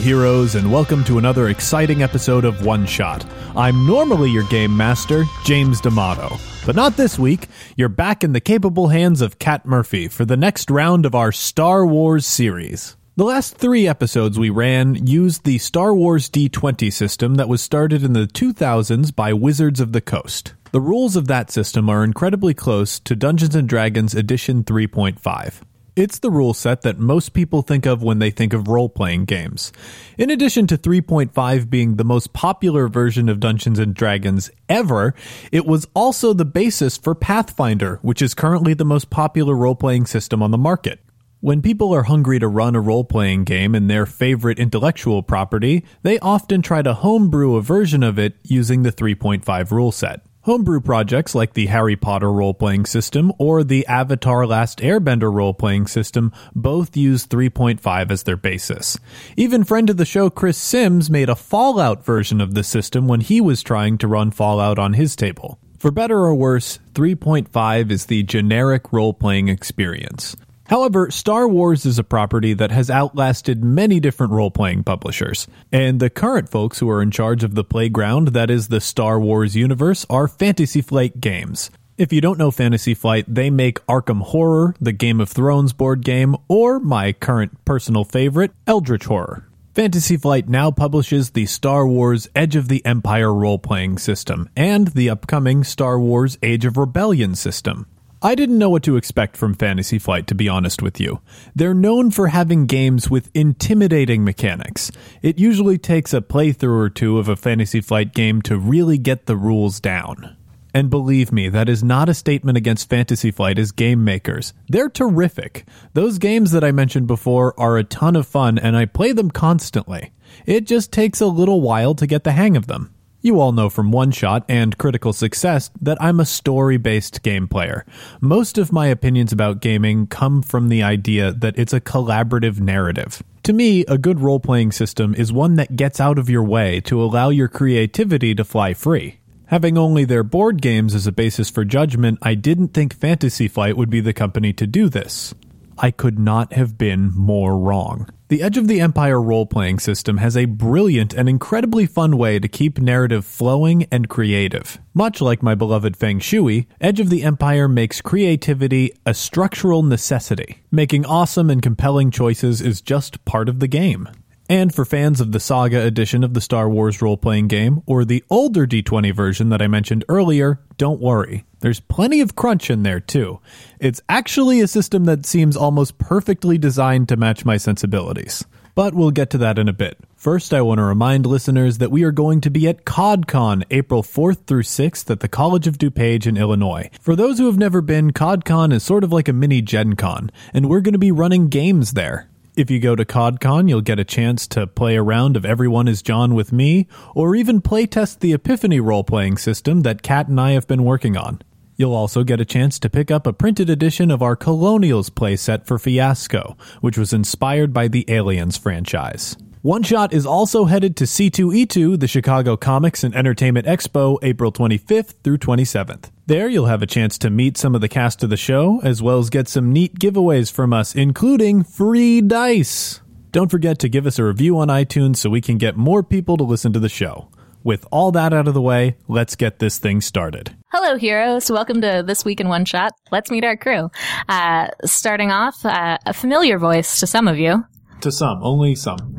heroes, and welcome to another exciting episode of One Shot. I'm normally your game master, James D'Amato, but not this week. You're back in the capable hands of Kat Murphy for the next round of our Star Wars series. The last three episodes we ran used the Star Wars D20 system that was started in the 2000s by Wizards of the Coast. The rules of that system are incredibly close to Dungeons and Dragons Edition 3.5. It's the rule set that most people think of when they think of role playing games. In addition to 3.5 being the most popular version of Dungeons and Dragons ever, it was also the basis for Pathfinder, which is currently the most popular role playing system on the market. When people are hungry to run a role playing game in their favorite intellectual property, they often try to homebrew a version of it using the 3.5 rule set. Homebrew projects like the Harry Potter role playing system or the Avatar Last Airbender role playing system both use 3.5 as their basis. Even friend of the show Chris Sims made a Fallout version of the system when he was trying to run Fallout on his table. For better or worse, 3.5 is the generic role playing experience. However, Star Wars is a property that has outlasted many different role playing publishers, and the current folks who are in charge of the playground that is the Star Wars universe are Fantasy Flight Games. If you don't know Fantasy Flight, they make Arkham Horror, the Game of Thrones board game, or my current personal favorite, Eldritch Horror. Fantasy Flight now publishes the Star Wars Edge of the Empire role playing system and the upcoming Star Wars Age of Rebellion system. I didn't know what to expect from Fantasy Flight, to be honest with you. They're known for having games with intimidating mechanics. It usually takes a playthrough or two of a Fantasy Flight game to really get the rules down. And believe me, that is not a statement against Fantasy Flight as game makers. They're terrific. Those games that I mentioned before are a ton of fun, and I play them constantly. It just takes a little while to get the hang of them. You all know from One Shot and Critical Success that I'm a story based game player. Most of my opinions about gaming come from the idea that it's a collaborative narrative. To me, a good role playing system is one that gets out of your way to allow your creativity to fly free. Having only their board games as a basis for judgment, I didn't think Fantasy Flight would be the company to do this. I could not have been more wrong. The Edge of the Empire role playing system has a brilliant and incredibly fun way to keep narrative flowing and creative. Much like my beloved Feng Shui, Edge of the Empire makes creativity a structural necessity. Making awesome and compelling choices is just part of the game. And for fans of the Saga edition of the Star Wars role playing game, or the older D20 version that I mentioned earlier, don't worry. There's plenty of crunch in there, too. It's actually a system that seems almost perfectly designed to match my sensibilities. But we'll get to that in a bit. First, I want to remind listeners that we are going to be at CODCON April 4th through 6th at the College of DuPage in Illinois. For those who have never been, CODCON is sort of like a mini Gen Con, and we're going to be running games there. If you go to CODCON, you'll get a chance to play a round of Everyone is John with me, or even playtest the Epiphany role playing system that Kat and I have been working on. You'll also get a chance to pick up a printed edition of our Colonials playset for Fiasco, which was inspired by the Aliens franchise. One Shot is also headed to C2E2, the Chicago Comics and Entertainment Expo, April 25th through 27th. There, you'll have a chance to meet some of the cast of the show, as well as get some neat giveaways from us, including free dice. Don't forget to give us a review on iTunes so we can get more people to listen to the show. With all that out of the way, let's get this thing started. Hello, heroes. Welcome to This Week in One Shot. Let's meet our crew. Uh, starting off, uh, a familiar voice to some of you. To some, only some.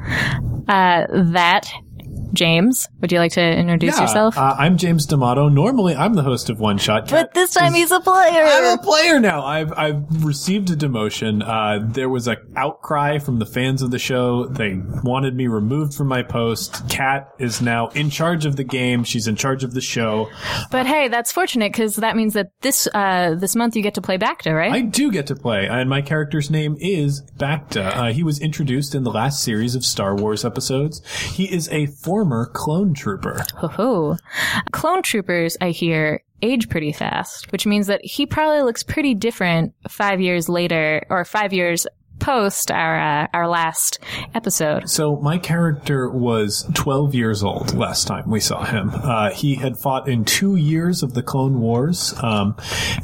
Uh, that, James, would you like to introduce yourself? Uh, I'm James D'Amato. Normally, I'm the host of One Shot. but this time he's a player. I'm a player now. I've I've received a demotion. Uh, there was a outcry from the fans of the show. They wanted me removed from my post. Kat is now in charge of the game. She's in charge of the show. but hey, that's fortunate because that means that this uh, this month you get to play Bacta, right? I do get to play, and my character's name is Bacta. Uh, he was introduced in the last series of Star Wars episodes. He is a former clone trooper. Ho ho. Clone troopers, I hear, age pretty fast, which means that he probably looks pretty different five years later or five years post our uh, our last episode. So my character was 12 years old last time we saw him. Uh, he had fought in two years of the Clone Wars, um,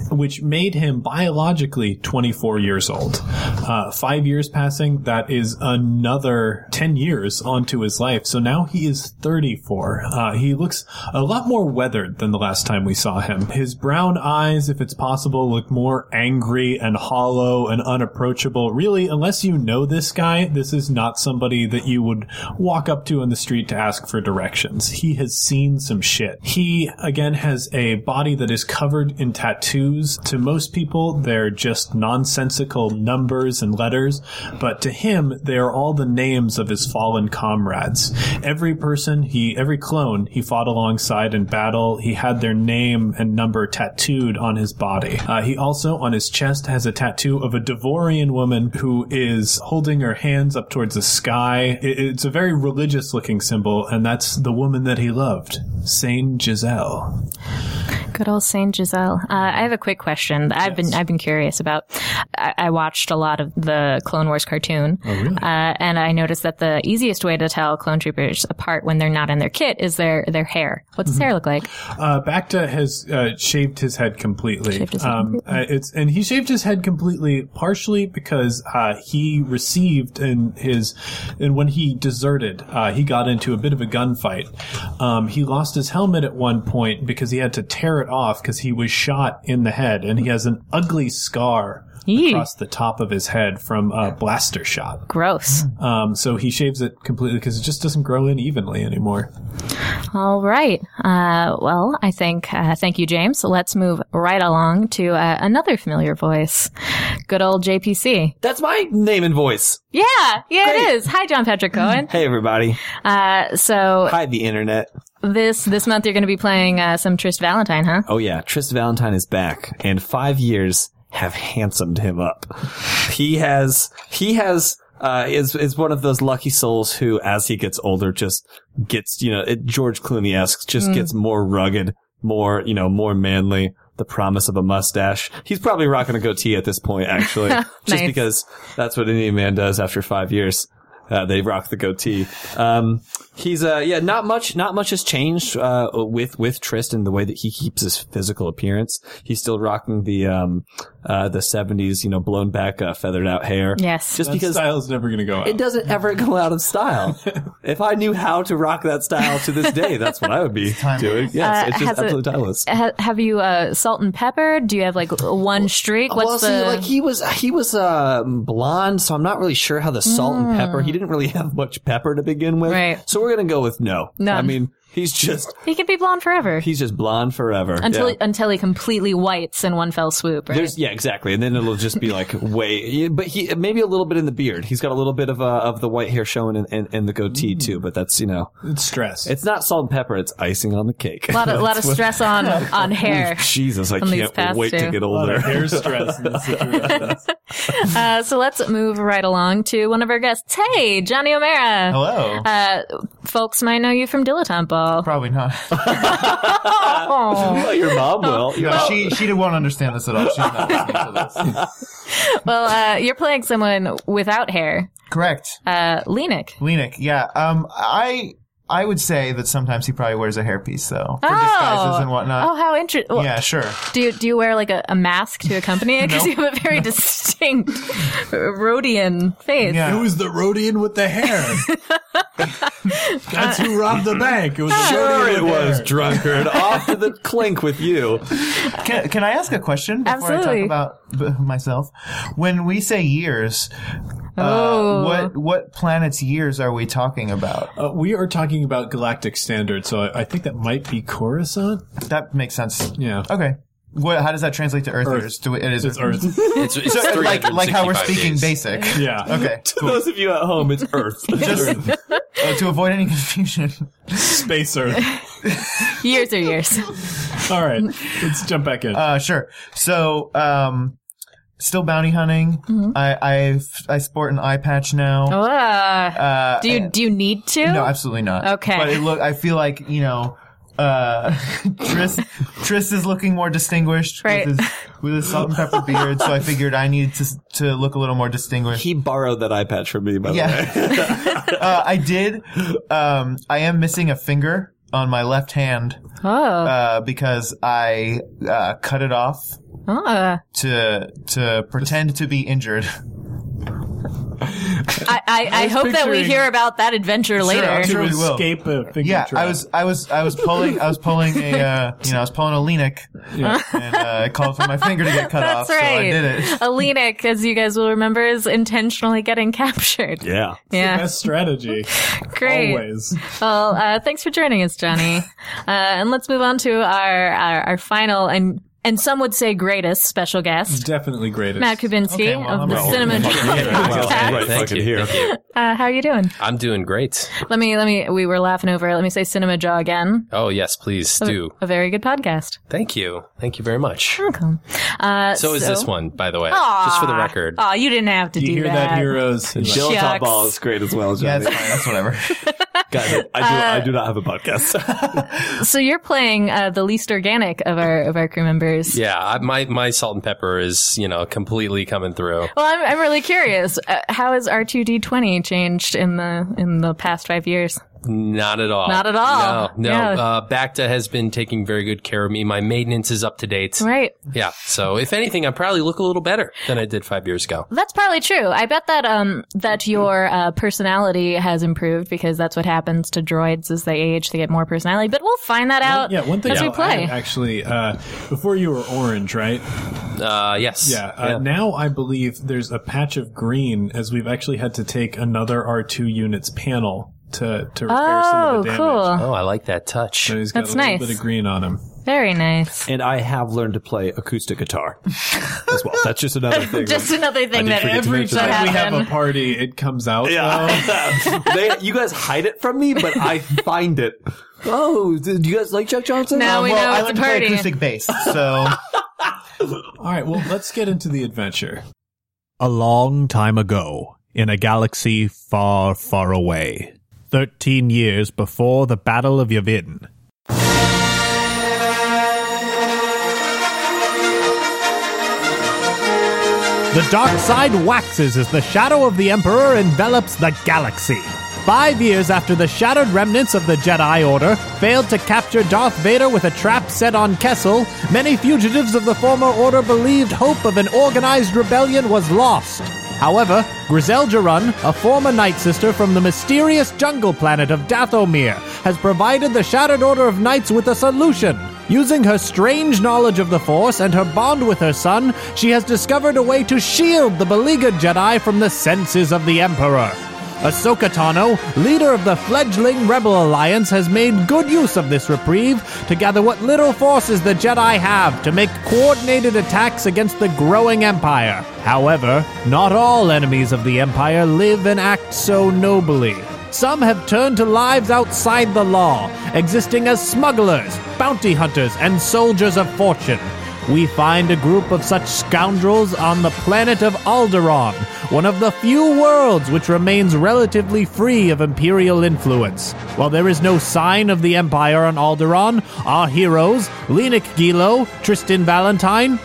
which made him biologically 24 years old. Uh, five years passing, that is another 10 years onto his life. So now he is 34. Uh, he looks a lot more weathered than the last time we saw him. His brown eyes, if it's possible, look more angry and hollow and unapproachable. Really, unless you know this guy, this is not somebody that you would walk up to in the street to ask for directions. He has seen some shit. He, again, has a body that is covered in tattoos. To most people, they're just nonsensical numbers and letters, but to him, they are all the names of his fallen comrades. Every person he, every clone he fought alongside in battle, he had their name and number tattooed on his body. Uh, he also, on his chest, has a tattoo of a Devorian woman who is holding her hands up towards the sky. It- it's a very religious looking symbol, and that's the woman that he loved, Saint Giselle. Good old Saint Giselle. Uh, I have a quick question. that I've been I've been curious about. I, I watched a lot of the Clone Wars cartoon, really? uh, and I noticed that the easiest way to tell clone troopers apart when they're not in their kit is their their hair. What does hair look like? Uh, Bacta has uh, shaved his head completely. Shaved his head um, completely. uh, it's and he shaved his head completely, partially because uh, he received in his and when he deserted, uh, he got into a bit of a gunfight. Um, he lost his helmet at one point because he had to tear it off because he was shot in the head, and he has an ugly scar. Yee. Across the top of his head from a blaster shot. Gross. Um, so he shaves it completely because it just doesn't grow in evenly anymore. All right. Uh, well, I think uh, thank you, James. Let's move right along to uh, another familiar voice. Good old JPC. That's my name and voice. Yeah, yeah, it Great. Mm. is. Hi, John Patrick Cohen. Hey, everybody. Uh, so Hi, the internet. this this month you're going to be playing uh, some Trist Valentine, huh? Oh, yeah. Trist Valentine is back, and five years have handsomed him up. He has, he has, uh, is, is one of those lucky souls who, as he gets older, just gets, you know, it, George Clooney esque, just gets more rugged, more, you know, more manly. The promise of a mustache. He's probably rocking a goatee at this point, actually, just Nice. because that's what any man does after five years. Uh, they rock the goatee. Um, he's uh, yeah, not much, not much has changed uh, with with Tristan the way that he keeps his physical appearance. He's still rocking the um, uh, the seventies, you know, blown back, uh, feathered out hair. Yes. just That because style's never going to go out. it doesn't ever go out of style. if I knew how to rock that style to this day, that's what I would be doing. Yes, Uh, has it's just it- absolutely timeless. Ha- have you uh, salt and pepper? Do you have like one streak? What's well, the see, like he was he was uh, blonde, so I'm not really sure how the salt and pepper. He didn't really have much pepper to begin with, Hmm. Right. So we're gonna go with no. None. I mean, he's just he could be blonde forever he's just blonde forever until Yeah. he, until he completely whites in one fell swoop. Right? There's yeah, exactly, and then it'll just be like way. yeah, But he maybe a little bit in the beard. He's got a little bit of uh, of the white hair showing and, and, and the Hmm. goatee too. But that's you know, It's stress. it's not salt and pepper. It's icing on the cake. a lot of, lot of stress on on hair. Jesus, I on these can't past wait two. to get A lot older. of hair stress in this situation. Uh, so let's move right along to one of our guests. Hey, Johnny O'Mara. Hello. Uh, folks might know you from Dilettante Ball. Probably not. Oh. well, your mom will. Your No, she she won't understand this at all. She's not listening to this. well, uh, you're playing someone without hair, Correct. uh, Lenik. Lenik, yeah. Um I I would say that sometimes he probably wears a hairpiece though. For disguises and oh, whatnot. how interesting. yeah, sure. Do you do you wear like a, a mask to accompany it? Because you have a very distinct Rhodian face. Yeah. It was the Rhodian with the hair. That's who robbed the bank. It was the Sure, Rhodian it with was hair. drunkard. Off to the clink with you. Can, can I ask a question before Absolutely. I talk about b- myself? When we say years, Oh. uh, what what planet's years are we talking about? Uh, we are talking about galactic standards, so I, I think that might be Coruscant. That makes sense. Yeah, Okay. What, how does that translate to Earth, Earth. years? Do we, it is it's Earth. Earth. It's, it's So, like like how we're 365 speaking days. basic. Yeah. Okay. To those of you at home, it's Earth. Just uh, to avoid any confusion. Space Earth. Years or years. All right, let's jump back in. Uh, sure. So, um, still bounty hunting. Mm-hmm. I I've, I sport an eye patch now. Ah. Uh, do you do you need to? no, absolutely not. Okay. But it look, I feel like you know. Uh, Triss, Triss is looking more distinguished Right. with, his, with his salt and pepper beard, so I figured I needed to to look a little more distinguished. He borrowed that eye patch from me, by Yeah. the way. Uh, I did. Um, I am missing a finger on my left hand Oh, uh, because I uh, cut it off Ah. to to pretend to be injured. I, I, I hope that we picturing- hear about that adventure later. I'm sure to we will. escape a finger Yeah, trap. I was I was I was pulling I was pulling a uh, you know I was pulling a Lenik and uh, I called for my finger to get cut That's off, so I right. did it. Alenic, as you guys will remember, is intentionally getting captured. yeah. Yeah, Best strategy. great. Always. Well, uh, thanks for joining us, Johnny. uh, and let's move on to our, our, our final and, and some would say greatest special guest, Definitely greatest. Matt Kubinski Okay, well, of the I'm- Cinema Podcast. Right Thank fucking you. here. Thank you. Uh, how are you doing? I'm doing great. Let me, let me, we were laughing over it. Let me say Cinema Jaw again. Oh yes, please do. A very good podcast. Thank you. Thank you very much. Welcome. Uh, So is this one, by the way, just for the record. Oh, you didn't have to You do hear that, that. heroes? Jill Shucks. Top Ball is great as well, Yeah, Johnny. it's fine. That's whatever. Guys, I, I do, I do not have a podcast. So you're playing uh, the least organic of our of our crew members. Yeah, I, my my salt and pepper is you know completely coming through. Well, I'm, I'm really curious. Uh, how has R2D20 changed in the in the past five years? Not at all. Not at all. No, no. Yeah. Uh, Bacta has been taking very good care of me. My maintenance is up to date. Right. Yeah. So if anything, I probably look a little better than I did five years ago. That's probably true. I bet that um that your uh, personality has improved because that's what happens to droids as they age; they get more personality. But we'll find that out Yeah, one thing as we I'll add, play. actually, uh, before you were orange, right? Uh, yes. Yeah. Uh, Now I believe there's a patch of green as we've actually had to take another R2 unit's panel to, to repair some oh, of the damage. cool! Oh, I like that touch. So he's got That's a little nice. bit of green on him. Very nice. and I have learned to play acoustic guitar as well. That's just another thing. Just another thing did that forget to Every mention time that. we have a Happened. party, it comes out. Yeah. they, you guys hide it from me, but I find it. Oh, do you guys like Chuck Johnson? Um, Now we well, know I it's learned a to party. play acoustic bass, so though. All right. Well, let's get into the adventure. A long time ago, in a galaxy far, far away, 13 years before the Battle of Yavin. The dark side waxes as the shadow of the Emperor envelops the galaxy. Five years after the shattered remnants of the Jedi Order failed to capture Darth Vader with a trap set on Kessel, many fugitives of the former Order believed hope of an organized rebellion was lost. However, Grizel Jarun, a former Night Sister from the mysterious jungle planet of Dathomir, has provided the Shattered Order of Knights with a solution. Using her strange knowledge of the Force and her bond with her son, she has discovered a way to shield the beleaguered Jedi from the senses of the Emperor. Ahsoka Tano, leader of the fledgling Rebel Alliance, has made good use of this reprieve to gather what little forces the Jedi have to make coordinated attacks against the growing Empire. However, not all enemies of the Empire live and act so nobly. Some have turned to lives outside the law, existing as smugglers, bounty hunters, and soldiers of fortune we find a group of such scoundrels on the planet of Alderaan, one of the few worlds which remains relatively free of Imperial influence. While there is no sign of the Empire on Alderaan, our heroes, Lenik Gilo, Tristan Valentine,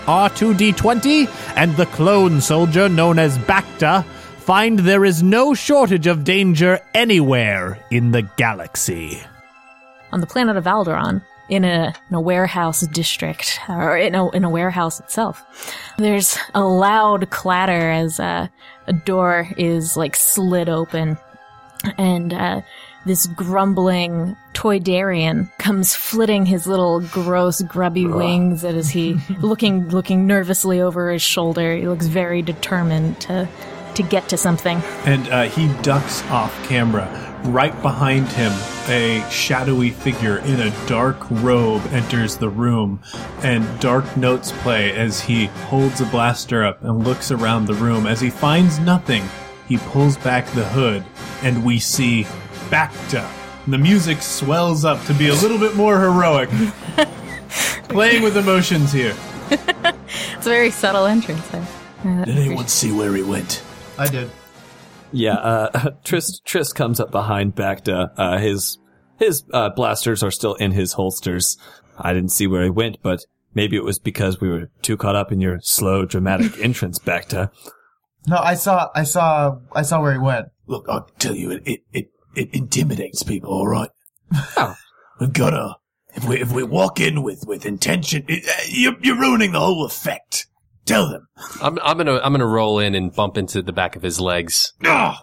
R2D20, and the clone soldier known as Bacta, find there is no shortage of danger anywhere in the galaxy. on the planet of Alderaan in a, in a warehouse district or in a, in a warehouse itself. There's a loud clatter as uh, a door is like slid open and uh, this grumbling Toydarian comes flitting his little gross grubby wings as he looking looking nervously over his shoulder. He looks very determined to to get to something. And uh, he ducks off camera. Right behind him, a shadowy figure in a dark robe enters the room, and dark notes play as he holds a blaster up and looks around the room. As he finds nothing, he pulls back the hood, and we see Bacta. The music swells up to be a little bit more heroic. Playing with emotions here. It's a very subtle entrance. There. Did anyone see where he went? I did. Yeah, uh, Trist Trist comes up behind Bacta. Uh, his His uh, blasters are still in his holsters. I didn't see where he went, but maybe it was because we were too caught up in your slow, dramatic entrance, Bacta. No, I saw, I saw, I saw where he went. Look, I tell you, it it, it, it intimidates people. All right. Oh. We've got to. If we if we walk in with with intention, it, uh, you're you're ruining the whole effect. Tell them. I'm, I'm gonna I'm gonna roll in and bump into the back of his legs. Ah,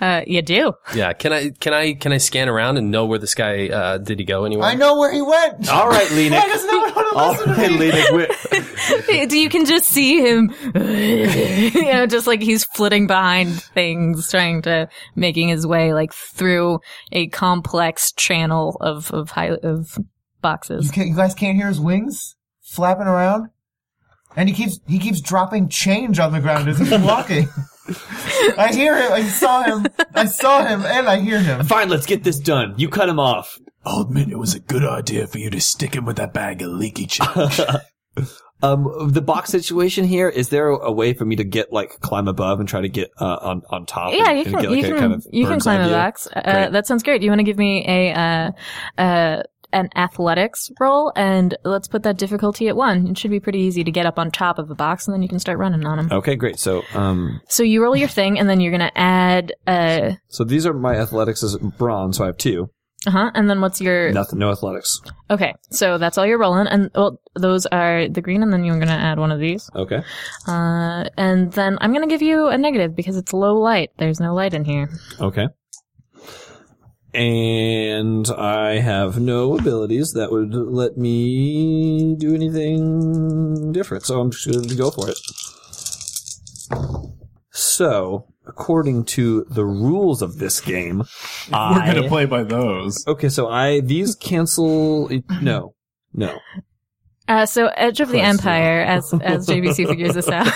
Uh, you do. Yeah, can I can I can I scan around and know where this guy uh, did he go anywhere? I know where he went. All right, Why Lenik. does no one want to All listen to right, me? Lenik. We're, you can just see him, you know, just like he's flitting behind things, trying to making his way like through a complex channel of of high, of You, boxes. can you guys can't hear his wings flapping around, and he keeps he keeps dropping change on the ground as he's walking. I hear him. I saw him. I saw him, and I hear him. fine, let's get this done. You cut him off. I'll admit it was a good idea for you to stick him with that bag of leaky change. Um, the box situation here is there a way for me to get like climb above and try to get uh, on on top? Yeah, and, you and can get, like, you a can kind of you can bird's climb eye a view? box. Uh, Great. that sounds great. You want to give me a uh, uh, an athletics roll, and let's put that difficulty at one. It should be pretty easy to get up on top of a box, and then you can start running on him. Okay, great. So, um, So you roll your thing, and then you're gonna add uh so these are my athletics is bronze, so I have two. huh, uh-huh, and then what's your Nothing, no athletics. Okay, so that's all you're rolling, and well, those are the green, and then you're gonna add one of these, Okay. uh, and then I'm gonna give you a negative because it's low light. There's no light in here. Okay. And I have no abilities that would let me do anything different, so I'm just going to go for it. So, according to the rules of this game, We're going to I play by those. okay. So I these cancel. No, no. Uh, so Edge of the Christ, Empire, as as JBC figures this out,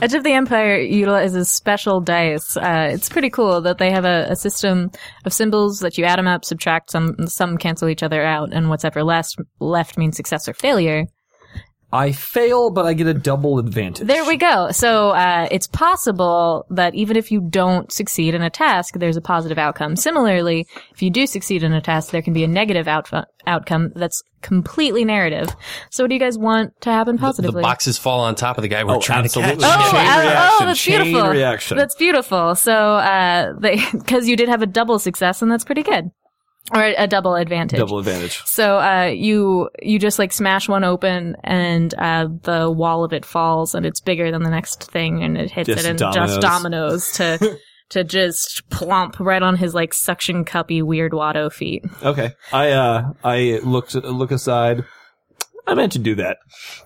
Edge of the Empire utilizes special dice. Uh, it's pretty cool that they have a, a system of symbols that you add them up, subtract some, some cancel each other out, and what's ever left left means success or failure. I fail, but I get a double advantage. There we go. So uh, it's possible that even if you don't succeed in a task, there's a positive outcome. Similarly, if you do succeed in a task, there can be a negative out- outcome that's completely narrative. So what do you guys want to happen the positively? boxes fall on top of the guy. We're Oh, trying to absolutely. Oh, catch him. uh, reaction, oh, that's chain beautiful. reaction. That's beautiful. So, uh, because you did have a double success, and that's pretty good, or a, a double advantage. double advantage. So uh, you you just like smash one open, and uh, the wall of it falls, and it's bigger than the next thing, and it hits Just it, and just dominoes to to just plump right on his like suction cuppy weird Watto feet. Okay. I uh I look look aside. I meant to do that.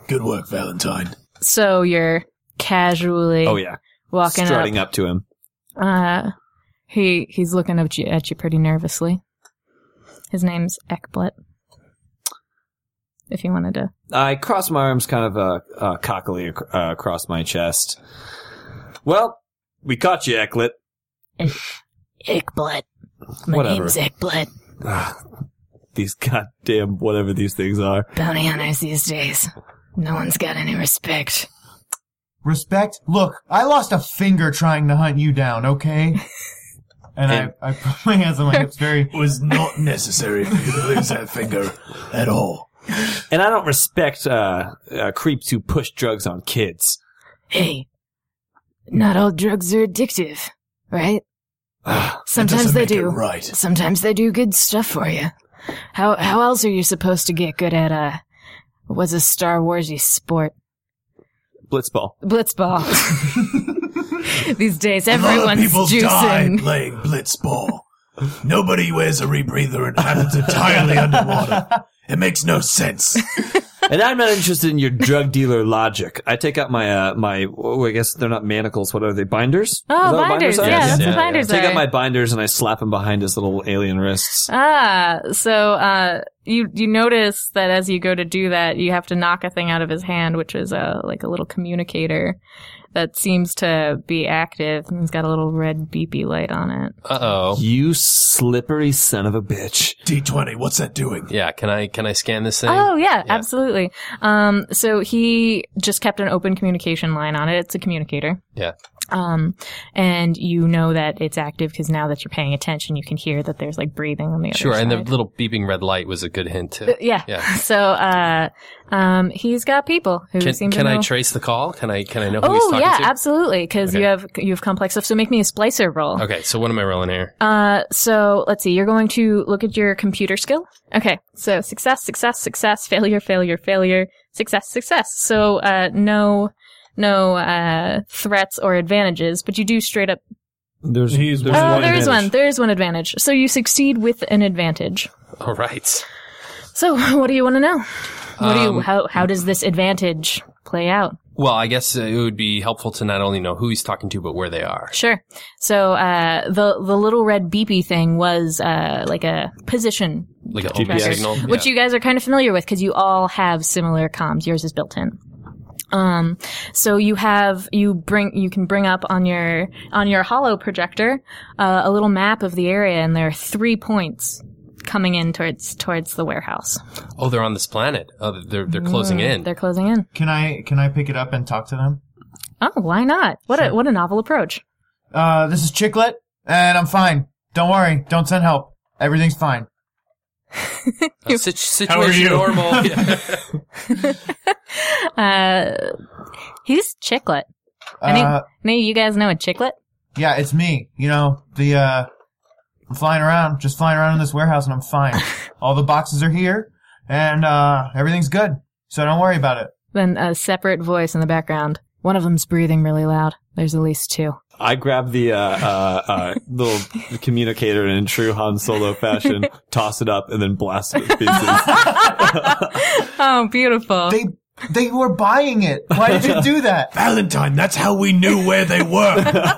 good work, Valentine. So you're casually Oh yeah, walking strutting up. to him. up. Uh, he he's looking up you, at you pretty nervously. His name's Ekblet. If you wanted to, I cross my arms kind of uh, uh cockily ac- uh, across my chest. Well, we caught you, Ecklet. Ekblet. My Whatever. name's Ekblet. These goddamn whatever these things are. bounty hunters these days. No one's got any respect. Respect. Look, I lost a finger trying to hunt you down. Okay. And I, I put my hands on my hips very It was not necessary for you to lose that finger at all. And I don't respect uh, uh creeps who push drugs on kids. Hey, not all drugs are addictive, right? Ah, That doesn't Sometimes they make it do. right. Sometimes they do good stuff for you. How how else are you supposed to get good at uh what's a Star Warsy sport? Blitzball. Blitzball. These days A lot of everyone's people die juicing. playing blitzball. Nobody wears a rebreather and happens entirely underwater. It makes no sense. and I'm not interested in your drug dealer logic. I take out my uh, my. Oh, I guess they're not manacles. What are they? Binders? Oh, Is that what binders, are? yeah, that's what Yeah, yeah. binders Take are. out my binders and I slap him behind his little alien wrists. Ah, so uh, you you notice that as you go to do that, you have to knock a thing out of his hand, which is a like a little communicator that seems to be active. And it's got a little red beepy light on it. Uh oh. You slippery son of a bitch. D20, what's that doing? Yeah. Can I can I scan this thing? Oh yeah, Yeah. absolutely. Um, so he just kept an open communication line on it. It's a communicator. Yeah. Um, and you know that it's active because now that you're paying attention, you can hear that there's like breathing on the other Sure, side. and the little beeping red light was a good hint too. yeah. Yeah. So, uh, um, he's got people who Can, seem to can know. I trace the call? Can I can I know who he's oh talking yeah, to? absolutely. Because Okay. you have you have complex stuff. So make me a splicer roll. Okay, so what am I rolling here? Uh, so let's see. You're going to look at your computer skill. Okay. So success, success, success, failure, failure, failure, success, success. So uh, no, no uh, threats or advantages, but you do straight up. There's, He's there's one oh, of one there is one. advantage. There is one advantage. So you succeed with an advantage. All right. So what do you want to know? What do you? Um, How how does this advantage play out? Well, I guess uh, it would be helpful to not only know who he's talking to, but where they are. Sure. So uh, the the little red beepy thing was uh, like a position Like a GPS. GPS signal. which you guys are kind of familiar with because you all have similar comms. Yours is built in. Um, so you have you bring you can bring up on your on your hollow projector uh, a little map of the area, and there are three points coming in towards towards the warehouse. Oh, they're on this planet. Oh, they're they're closing in. Mm, They're closing in. Can I can I pick it up and talk to them? Oh, why not? What a what a novel approach. Uh, this is Chicklet, and I'm fine. Don't worry. Don't send help. Everything's fine. Uh, sit- situation are you? normal. Yeah. Uh, he's Chicklet. Any Uh, any of you guys know a Chicklet? yeah, it's me. You know the. uh I'm flying around, just flying around in this warehouse, and I'm fine. All the boxes are here, and uh everything's good. So don't worry about it. Then a separate voice in the background. One of them's breathing really loud. There's at least two. I grab the uh, uh, uh, little communicator and in true Han Solo fashion, toss it up, and then blast it in pieces. Oh, beautiful. They they were buying it. Why did you do that? Valentine, that's how we knew where they were.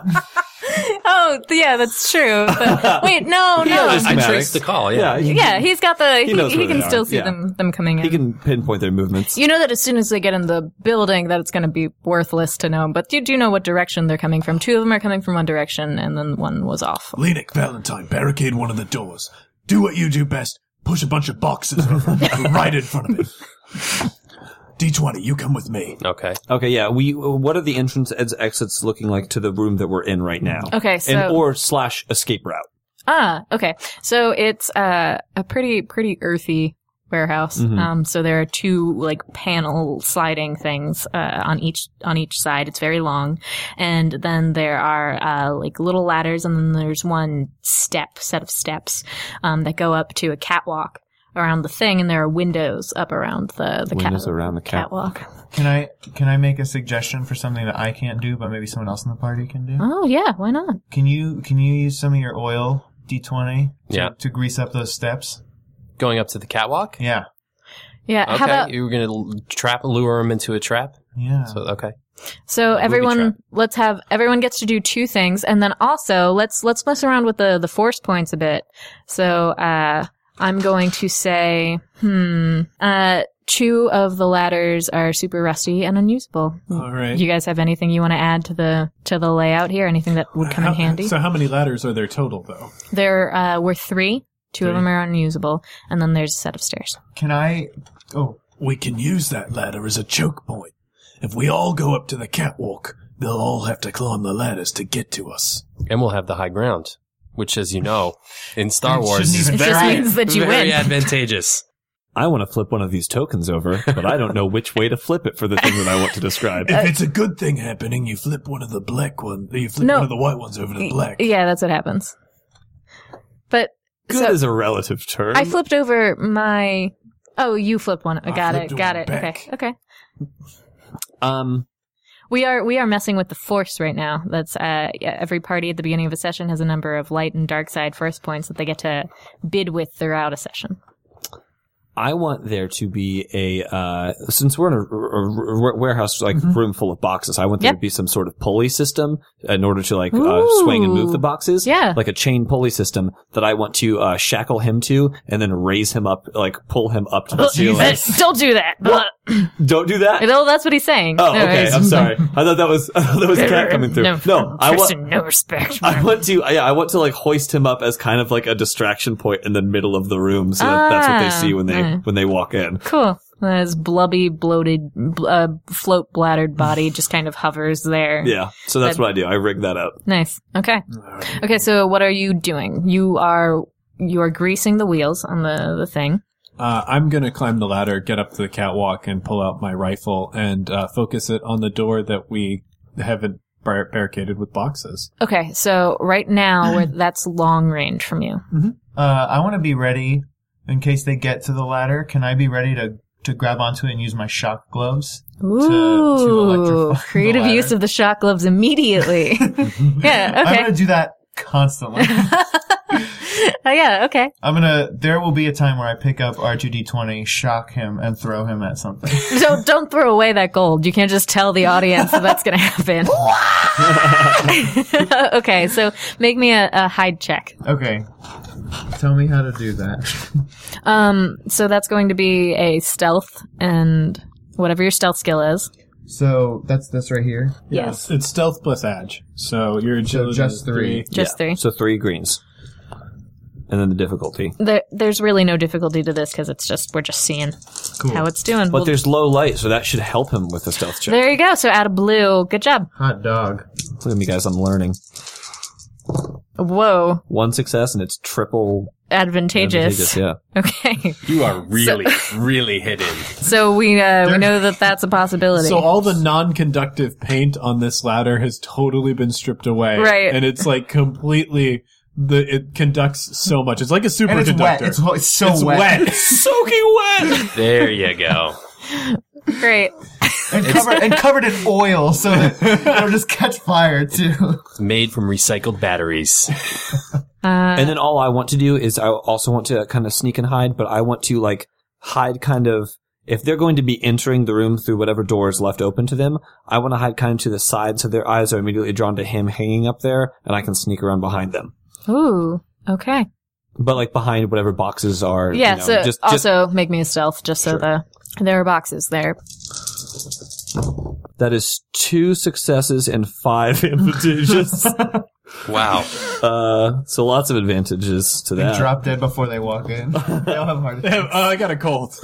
Oh, th- yeah, that's true. But wait, no, no. I traced the call. Yeah. he, Yeah, he's got the. He, knows he where can they still are, see yeah. them them coming in. he can pinpoint their movements. you know that as soon as they get in the building, that it's going to be worthless to know. But you do know what direction they're coming from. Two of them are coming from one direction, and then one was off. Lenik, Valentine, barricade one of the doors. Do what you do best. Push a bunch of boxes right in front of it. D20, you come with me. Okay. Okay, yeah. We what are the entrance and exits looking like to the room that we're in right now? Okay, so and or slash escape route. Ah, okay. So it's uh, a pretty pretty earthy warehouse. Mm-hmm. Um, so there are two like panel sliding things uh, on each on each side. It's very long, and then there are uh, like little ladders, and then there's one step set of steps um, that go up to a catwalk around the thing, and there are windows up around the the Windows cat- around the cat- catwalk. Can I can I make a suggestion for something that I can't do, but maybe someone else in the party can do? Oh yeah, why not? Can you can you use some of your oil D twenty Yeah. to grease up those steps? Going up to the catwalk. Yeah. Yeah. Okay. How about you were gonna l- trap, lure him into a trap. Yeah. So okay. So trap. everyone, let's have everyone gets to do two things, and then also let's let's mess around with the the force points a bit. So uh, I'm going to say, hmm, uh, two of the ladders are super rusty and unusable. All right. Do you guys have anything you want to add to the to the layout here? Anything that would come in How- handy? Uh, So how many ladders are there total, though? There uh, were three. Two of them are unusable, and then there's a set of stairs. Can I? Oh, We can use that ladder as a choke point. If we all go up to the catwalk, they'll all have to climb the ladders to get to us. And we'll have the high ground, which, as you know, in Star Wars, shouldn't is even It very, just means that you very win. advantageous. I want to flip one of these tokens over, but I don't know which way to flip it for the thing that I want to describe. If it's a good thing happening, you flip one of the black one, you flip No. one of the white ones over to the black. Yeah, that's what happens. But Good so- is a relative term. I flipped over my. Oh, you flipped one. I got flipped it. Got one it. back. Okay. Okay. um, We are we are messing with the force right now. That's uh, yeah, every party at the beginning of a session has a number of light and dark side force points that they get to bid with throughout a session. I want there to be a uh, since we're in a, a- a- a warehouse like room full of boxes. I want there Mm-hmm. Yep. to be some sort of pulley system in order to like uh, Ooh. swing and move the boxes. Yeah. like a chain pulley system that I want to uh, shackle him to and then raise him up, like pull him up to the ceiling. Don't do that. Blah. Don't do that. No, that's what he's saying. Oh, No, okay. it's- I'm sorry. I thought that was I thought that was cat coming through. No, No, I want. person, no respect. I want to, yeah, I want to like hoist him up as kind of like a distraction point in the middle of the room, so that, that's what Ah, they see when they mm. when they walk in. cool. And His blubby, bloated, bl- uh, float bladdered body just kind of hovers there. Yeah. So that's But- what I do. I rig that up. Nice. Okay. Okay. So what are you doing? You are you are greasing the wheels on the the thing. Uh, I'm gonna climb the ladder, get up to the catwalk, and pull out my rifle and uh, focus it on the door that we haven't bar- barricaded with boxes. Okay. So right now we're, that's long range from you. Uh, I want to be ready in case they get to the ladder. Can I be ready to, to grab onto it and use my shock gloves? to Ooh, electrify the creative ladder. use of the shock gloves immediately. yeah. I'm Okay. gonna do that constantly. Oh, yeah. Okay. I'm gonna. There will be a time where I pick up R2D20, shock him, and throw him at something. So don't throw away that gold. You can't just tell the audience that that's going to happen. okay, so make me a, a hide check. okay. Tell me how to do that. Um, so that's going to be a stealth and whatever your stealth skill is. So that's this right here. Yes. It's stealth plus edge, so your agility just is three. Just three. So three greens. And then the difficulty. There, there's really no difficulty to this because it's just we're just seeing how it's doing. But Well, there's low light, so that should help him with the stealth check. there you go. So out of blue, good job. Hot dog. Look at me, guys. I'm learning. Whoa, One success, and it's triple. advantageous. advantageous, Yeah. Okay, You are really, really hidden. so we uh, we know that that's a possibility. So all the non-conductive paint on this ladder has totally been stripped away, Right. And it's like completely the it conducts so much. It's like a superconductor. And it's wet. It's, ho- it's so It's wet. soaking wet. There you go. Great. And, covered, and covered in oil, so that it'll just catch fire too. It's made from recycled batteries. uh, and then all I want to do is I also want to kind of sneak and hide, but I want to like hide kind of if they're going to be entering the room through whatever door is left open to them, I want to hide kind of to the side so their eyes are immediately drawn to him hanging up there and I can sneak around behind them. Ooh. Okay. But like behind whatever boxes are you Yeah, know, so just, just- also make me a stealth just so the there are boxes there. that is two successes and five advantages. Wow. uh so lots of advantages to They that. drop dead before they walk in. They all have heart attacks. oh, I got a cold.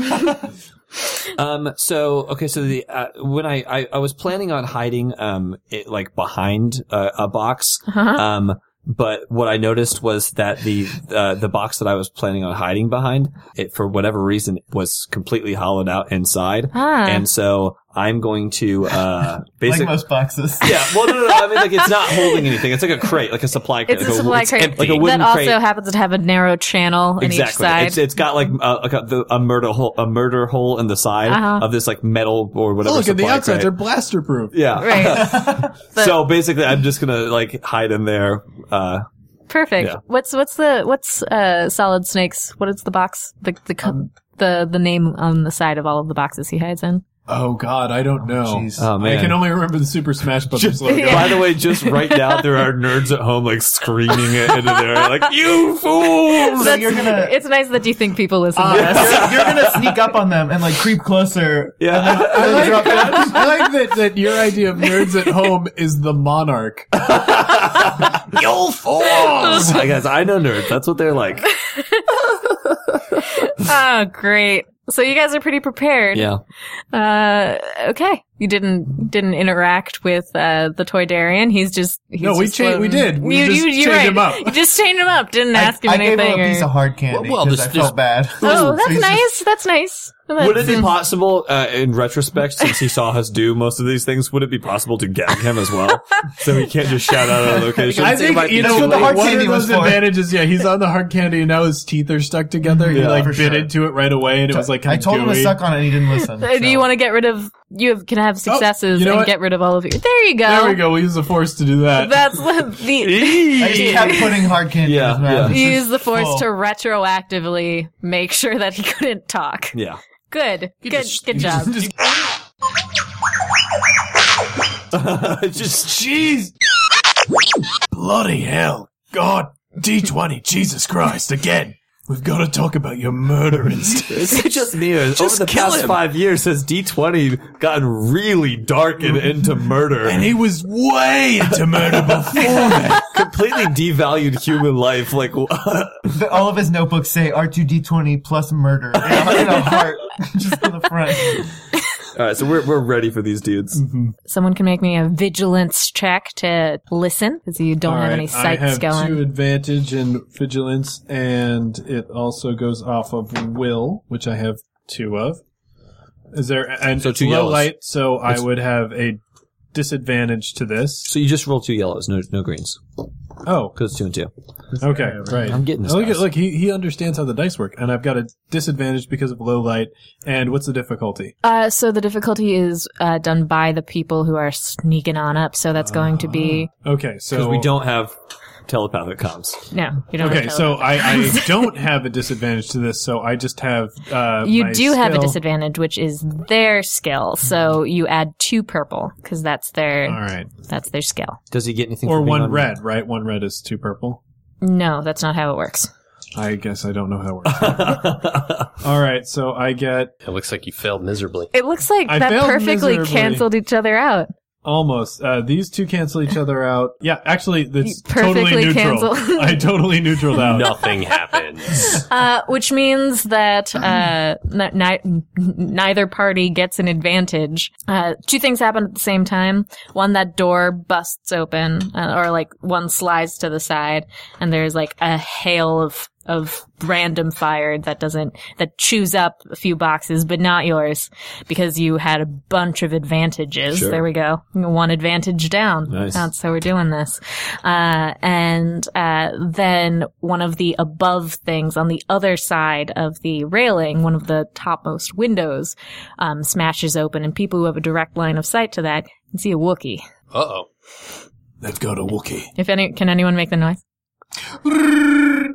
Um. So okay. So the uh, when I, I I was planning on hiding um it like behind uh, a box um. But what I noticed was that the uh, the box that I was planning on hiding behind, it for whatever reason was completely hollowed out inside, Ah. and so I'm going to uh, Like basically, most boxes. yeah. Well, no, no, no. I mean, like it's not holding anything. It's like a crate, like a supply crate. It's a like supply crate empty. Like a that wooden also crate. happens to have a narrow channel on each Exactly. side. It's, it's got like a, like a, the, a murder hole, a murder hole in the side Uh-huh. of this like metal or whatever. Look at the supply outside; crate. they're blaster proof. Yeah. right. so basically, I'm just gonna like hide in there. Uh, Perfect. Yeah. What's what's the what's uh solid snakes? What is the box? The the co- Um, the the name on the side of all of the boxes he hides in. Oh God, I don't know. Jeez. oh man. I can only remember the Super Smash Brothers logo. By the way, just right now there are nerds at home like screaming it into there, like you fools. That's- you're gonna- it's nice that you think people listen Uh, to this. you're, you're gonna sneak up on them and like creep closer. Yeah. I like, that. I like that, that your idea of nerds at home is the monarch. you fools. I guess I know nerds. That's what they're like. Oh, great. So you guys are pretty prepared. Yeah. Uh, okay. You didn't didn't interact with uh, the Toydarian. He's just he's No, we just cha- we floating. did. We just you're chained him up. You just chained him up. Didn't I, ask him I gave anything. him a piece or- of hard candy Well, because this- I this- felt bad. oh, that's He's just- nice. That's nice. That's- Would it be possible, uh, in retrospect, since he saw us do most of these things, would it be possible to gag him as well? so he can't just shout out at a location. I So it think might be you too know what the late. hard one of candy was those for. advantages. Yeah, he's on the hard candy, and now his teeth are stuck together. he Yeah, like for bit sure. into it right away, and it was like I told him to suck on it and he didn't listen. Uh, Do you want to get rid of? You have, can have successes Oh, you know and what? get rid of all of you. There you go. There we go. We use the force to do that. That's what the. I just kept Oh. putting hard candy Yeah, in his mouth. yeah. He's Use the force full. to retroactively make sure that he couldn't talk. Yeah. Good, good, good job. just Jeez. Bloody hell. God. D20. Jesus Christ. Again. We've got to talk about your murder instead. Is it just me? or Over the kill past him. five years, has D20 gotten really dark and into murder? and he was way into murder before that. completely devalued human life. Like, The- all of his notebooks say R2D20 plus murder in a, in a heart just on the front. All right, so we're we're ready for these dudes. Someone can make me a vigilance check to listen because you don't have any Alright, I sights have going. two advantage in vigilance, and it also goes off of will, which I have two of. Is there and So it's two low yellows. light? So I would have a disadvantage to this. So you just roll two yellows, no no greens, Oh, because two and two. okay, right. Oh, I'm getting this, Look, at, guys. look, he he understands how the dice work, and I've got a disadvantage because of low light. And what's the difficulty? Uh, so the difficulty is uh, done by the people who are sneaking on up. So that's going to be Okay, so Because we don't have telepathic comms. no. You don't. Uh, Okay, have to- so I, I don't have a disadvantage to this, so I just have. Uh, you my do have a skill. disadvantage, which is their skill. So you add two purple because that's their All right, that's their skill. Does he get anything? for or being one on- red, right? One red is two purple. No, that's not how it works. I guess I don't know how it works. All right, so I get It looks like you failed miserably. It looks like I that failed perfectly miserably. canceled each other out. almost. Uh, these two cancel each other out. Yeah, actually, that's You perfectly totally neutral. cancel. I totally neutraled out. Nothing happens. Uh, which means that uh, n- ni- neither party gets an advantage. Uh, two things happen at the same time. One, that door busts open, uh, or like one slides to the side, and there's like a hail of of random fire that doesn't that chews up a few boxes, but not yours because you had a bunch of advantages. There we go, one advantage down. Nice. That's how we're doing this. Uh, and uh, then one of the above things on the other side of the railing, one of the topmost windows, um, smashes open, and people who have a direct line of sight to that can see a Wookiee. Uh oh. They've got a Wookiee. If any, can anyone make the noise?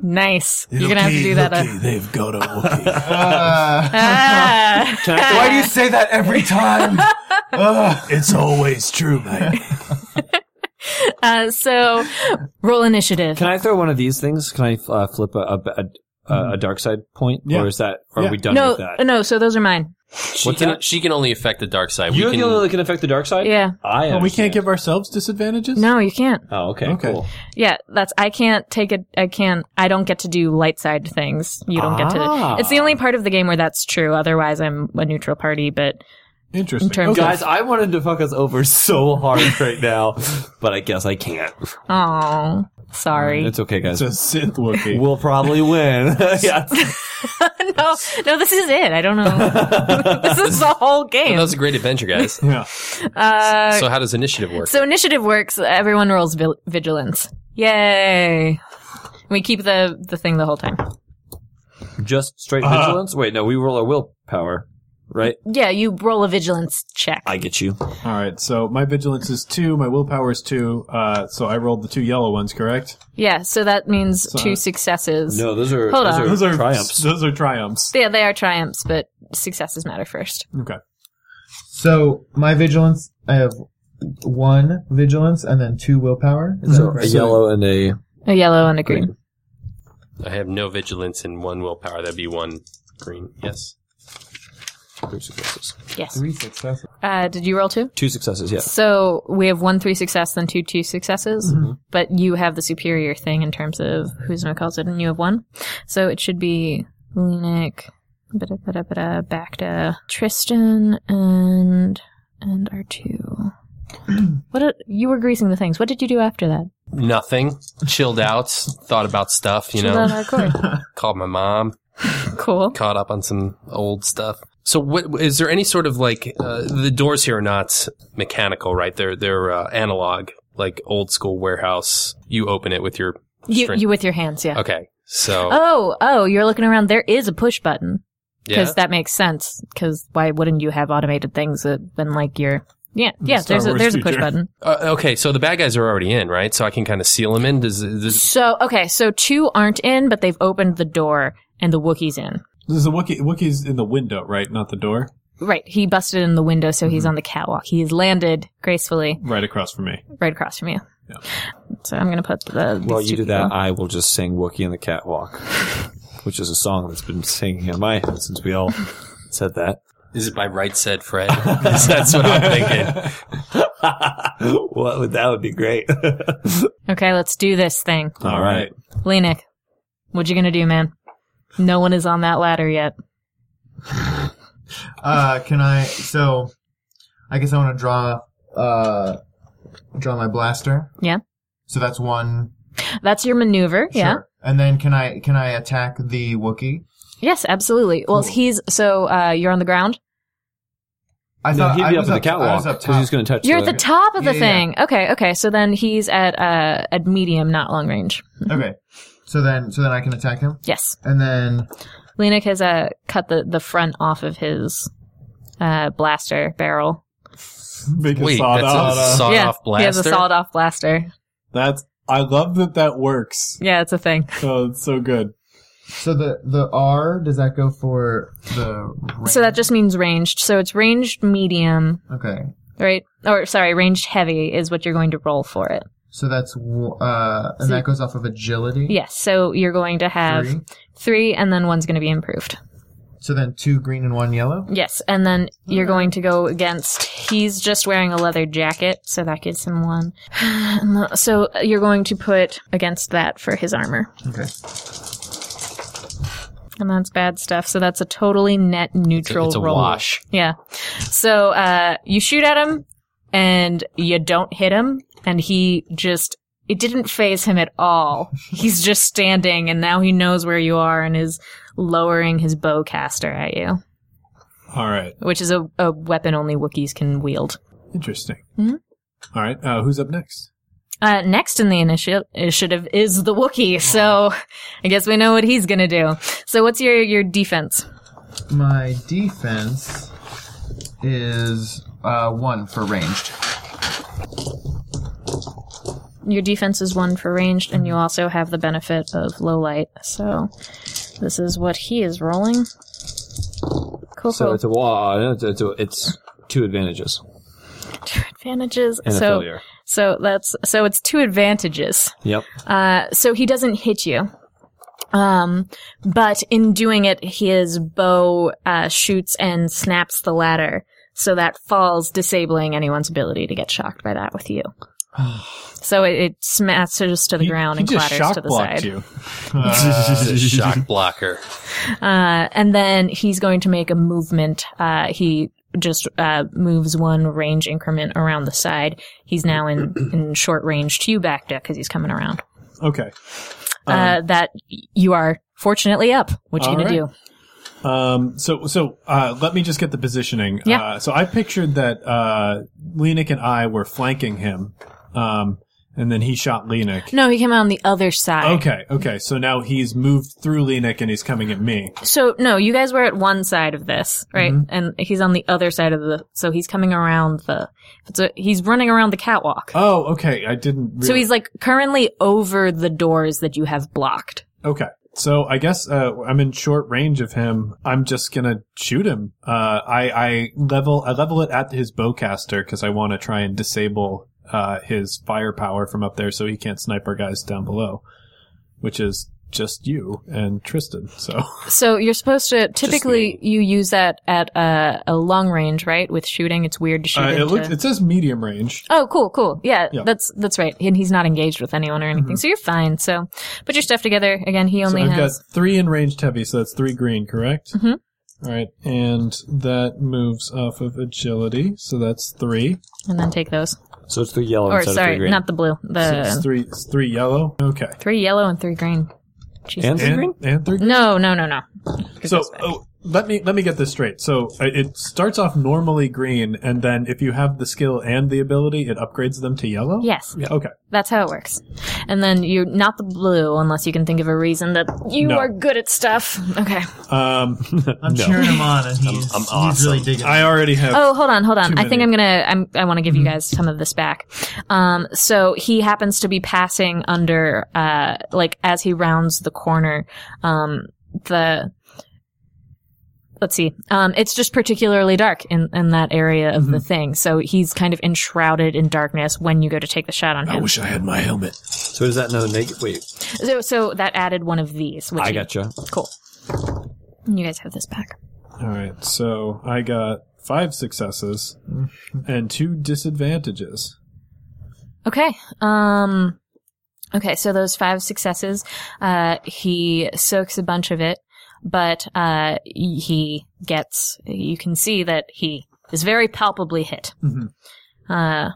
nice. You're gonna have to Lookie, do that. uh, lookie, they've got a Wookiee. Uh, Ah. why do you say that every time? Ugh. it's always true, mate. Uh, so, roll initiative. Can I throw one of these things? Can I uh, flip a, a, a, a dark side point, Yeah. or is that are Yeah. we done no, with that? no. So those are mine. She, What's in can, it? she can only affect the dark side. You're we can, the only one that can affect the dark side. Yeah. But I. we understand. can't give ourselves disadvantages. No, you can't. Oh, okay. Okay. Cool. Yeah, that's I can't take it. I can't. I don't get to do light side things. You don't get Ah. to. It's the only part of the game where that's true. Otherwise, I'm a neutral party. But interesting. in terms Guys, I wanted to fuck us over so hard right now, but I guess I can't. of oh, sorry. It's okay, guys. it's a Sith Wookiee. We'll probably win. yeah. no, no, this is it. I don't know. this is the whole That game. was a great adventure, guys. yeah. Uh, so how does initiative work? so initiative works. Everyone rolls vil- vigilance. Yay! We keep the the thing the whole time. Just straight vigilance? Wait, no, we roll our willpower, right? Yeah, you roll a vigilance check. I get you. All right. So my vigilance is two. My willpower is two. Uh, so I rolled the two yellow ones. Correct. yeah, so that means two successes. No, those are, Hold those on. are, Those are triumphs. Those are triumphs. Yeah, they are triumphs, but successes matter first. Okay. So my vigilance, I have one vigilance and then two willpower. Is that So a correct? yellow and a. A yellow and a green. I have no vigilance and one willpower. That'd be one green. Yes. Three successes. Yes. Three successes. Uh, did you roll two? Two successes, yeah. So we have one three success, then two two successes. Mm-hmm. But you have the superior thing in terms of who's no calls it, and you have one. So it should be Lenik, bada bada bada, Bacta, Tristan, and and R two. what did, you were greasing the things? What did you do after that? Nothing. Chilled out. Thought about stuff. You Chilled know. out hardcore. Called my mom. cool. Caught up on some old stuff. So, what is there any sort of like uh, the doors here are not mechanical, right? They're they're uh, analog, like old school warehouse. You open it with your You strength. you with your hands, yeah. okay. So Oh, oh, you're looking around. There is a push button. yeah, because that makes sense. Because why wouldn't you have automated things that then like your yeah yeah? Star There's a, Wars there's a push feature. button. Uh, okay. So the bad guys are already in, right? So I can kind of seal them in. Does, does So okay, so two aren't in, but they've opened the door and the Wookiee's in. This is a Wookiee. Wookiee's in the window, right? Not the door. Right, he busted in the window, so he's on the catwalk. He has landed gracefully Right across from me. right across from you. So I'm gonna put the. While these you two do that, people- I will just sing Wookiee on the Catwalk. which is a song that's been singing in my head since we all said that. Is it by Right Said Fred? That's what I'm thinking. what would that would be great. Okay, let's do this thing. all right. Lenik, what you gonna do, man? No one is on that ladder yet. Uh, can I? So, I guess I want to draw, uh, draw my blaster. Yeah. So that's one. That's your maneuver. Yeah. Sure. And then can I can I attack the Wookiee? Yes, absolutely. Well, he's so uh, you're on the ground. I No, thought he'd I be up was at the I catwalk was up because he's top. going to touch. You're at the, the top of the Yeah, yeah, thing. Okay, okay. So then he's at uh, at medium, not long range. Okay. So then so then I can attack him, Yes, and then Lenik has uh, cut the the front off of his uh, blaster barrel. Make Wait, a sawed that's a off. sawed yeah, off blaster. he has a sawed off blaster. That's I love that that works. Yeah, it's a thing. Oh, it's so good. so the the R does that go for the So that just means ranged. So it's ranged medium, okay. right? Or sorry, ranged heavy is what you're going to roll for it. So that's w- uh, and that goes off of agility. Yes. So you're going to have Three. three, and then one's going to be improved. So then two green and one yellow. Yes, and then you're going to go against. He's just wearing a leather jacket, so that gives him one. so you're going to put against that for his armor, Okay. and that's bad stuff. So that's a totally net neutral It's a roll. wash. Yeah. So uh, you shoot at him, and you don't hit him, and he just. It didn't phase him at all. He's just standing, and now he knows where you are and is lowering his bowcaster at you, All right. which is a, a weapon only Wookiees can wield. Interesting. Mhm. All right. Uh, who's up next? Uh, next in the initi- initiative is the Wookiee, so I guess we know what he's gonna do. So what's your, your defense? My defense is uh, one for ranged. Your defense is one for ranged, and you Mm-hmm. also have the benefit of low light, so this is what he is rolling. Cool, So cool. it's a wall. It's, it's, it's two advantages two advantages. and a so, failure. so that's, so it's two advantages. Yep. Uh, so he doesn't hit you. Um, but in doing it, his bow uh, shoots and snaps the ladder, so that falls, disabling anyone's ability to get shocked by that with you. so it, it smashes to the ground he and just clatters shock to the blocked side. you. It's a Uh, shock blocker. Uh, and then he's going to make a movement. Uh, he just uh, moves one range increment around the side. He's now in, in short range to you, Bacta, because he's coming around. Okay. uh, that y- you are fortunately up. What you Um, All gonna do? right. Um, so, so uh, let me just get the positioning. Yeah. Uh, so I pictured that uh, Lenik and I were flanking him, um, and then he shot Lenik. No, he came out on the other side. Okay, okay. So now he's moved through Lenik and he's coming at me. So no, you guys were at one side of this, right? Mm-hmm. And he's on the other side of the. So he's coming around the. It's a, he's running around the catwalk. Oh, okay. I didn't. Really, So he's like currently over the doors that you have blocked. okay. So I guess uh, I'm in short range of him. I'm just gonna shoot him. Uh, I I level I level it at his bowcaster because I want to try and disable uh, his firepower from up there so he can't snipe our guys down below, which is just you and Tristan. So So you're supposed to typically you use that at a, a long range, right? With shooting, it's weird to shoot. uh, it into- looks it says medium range. Oh, cool, cool. Yeah, Yeah. Mm-hmm. that's that's right. And he's not engaged with anyone or anything, so you're fine. So put your stuff together. Again, he So only I've has. got three in ranged heavy, so that's three green, correct? Mhm. All right, and that moves off of agility, so that's three. and then take those. So it's three yellow or instead of three sorry, green. not the blue. The It's three, it's three yellow. Okay, three yellow and three green. and three green. and and three. No, no, no, no. So uh, oh, let me let me get this straight. So uh, it starts off normally green, and then if you have the skill and the ability, it upgrades them to yellow. Yes, Yeah. Okay. that's how it works. And then you're not the blue unless you can think of a reason that you No. are good at stuff. Okay. Um, I'm cheering him on, and he's, I'm, he's really digging. I already have. Oh, hold on, hold on. Too I think many. I'm gonna. I'm, I want to give you guys some of this back. Um, so he happens to be passing under, uh, like as he rounds the corner, um, the let's see. Um, it's just particularly dark in, in that area of the thing. So he's kind of enshrouded in darkness when you go to take the shot on I him. wish I had my helmet. So is that another negative? Wait, So, so that added one of these. Which I you- gotcha. Cool. And you guys have this back. All right, so I got five successes and two disadvantages. Okay. Um Okay, so those five successes, uh he soaks a bunch of it, but uh he gets you can see that he is very palpably hit. Mhm. Uh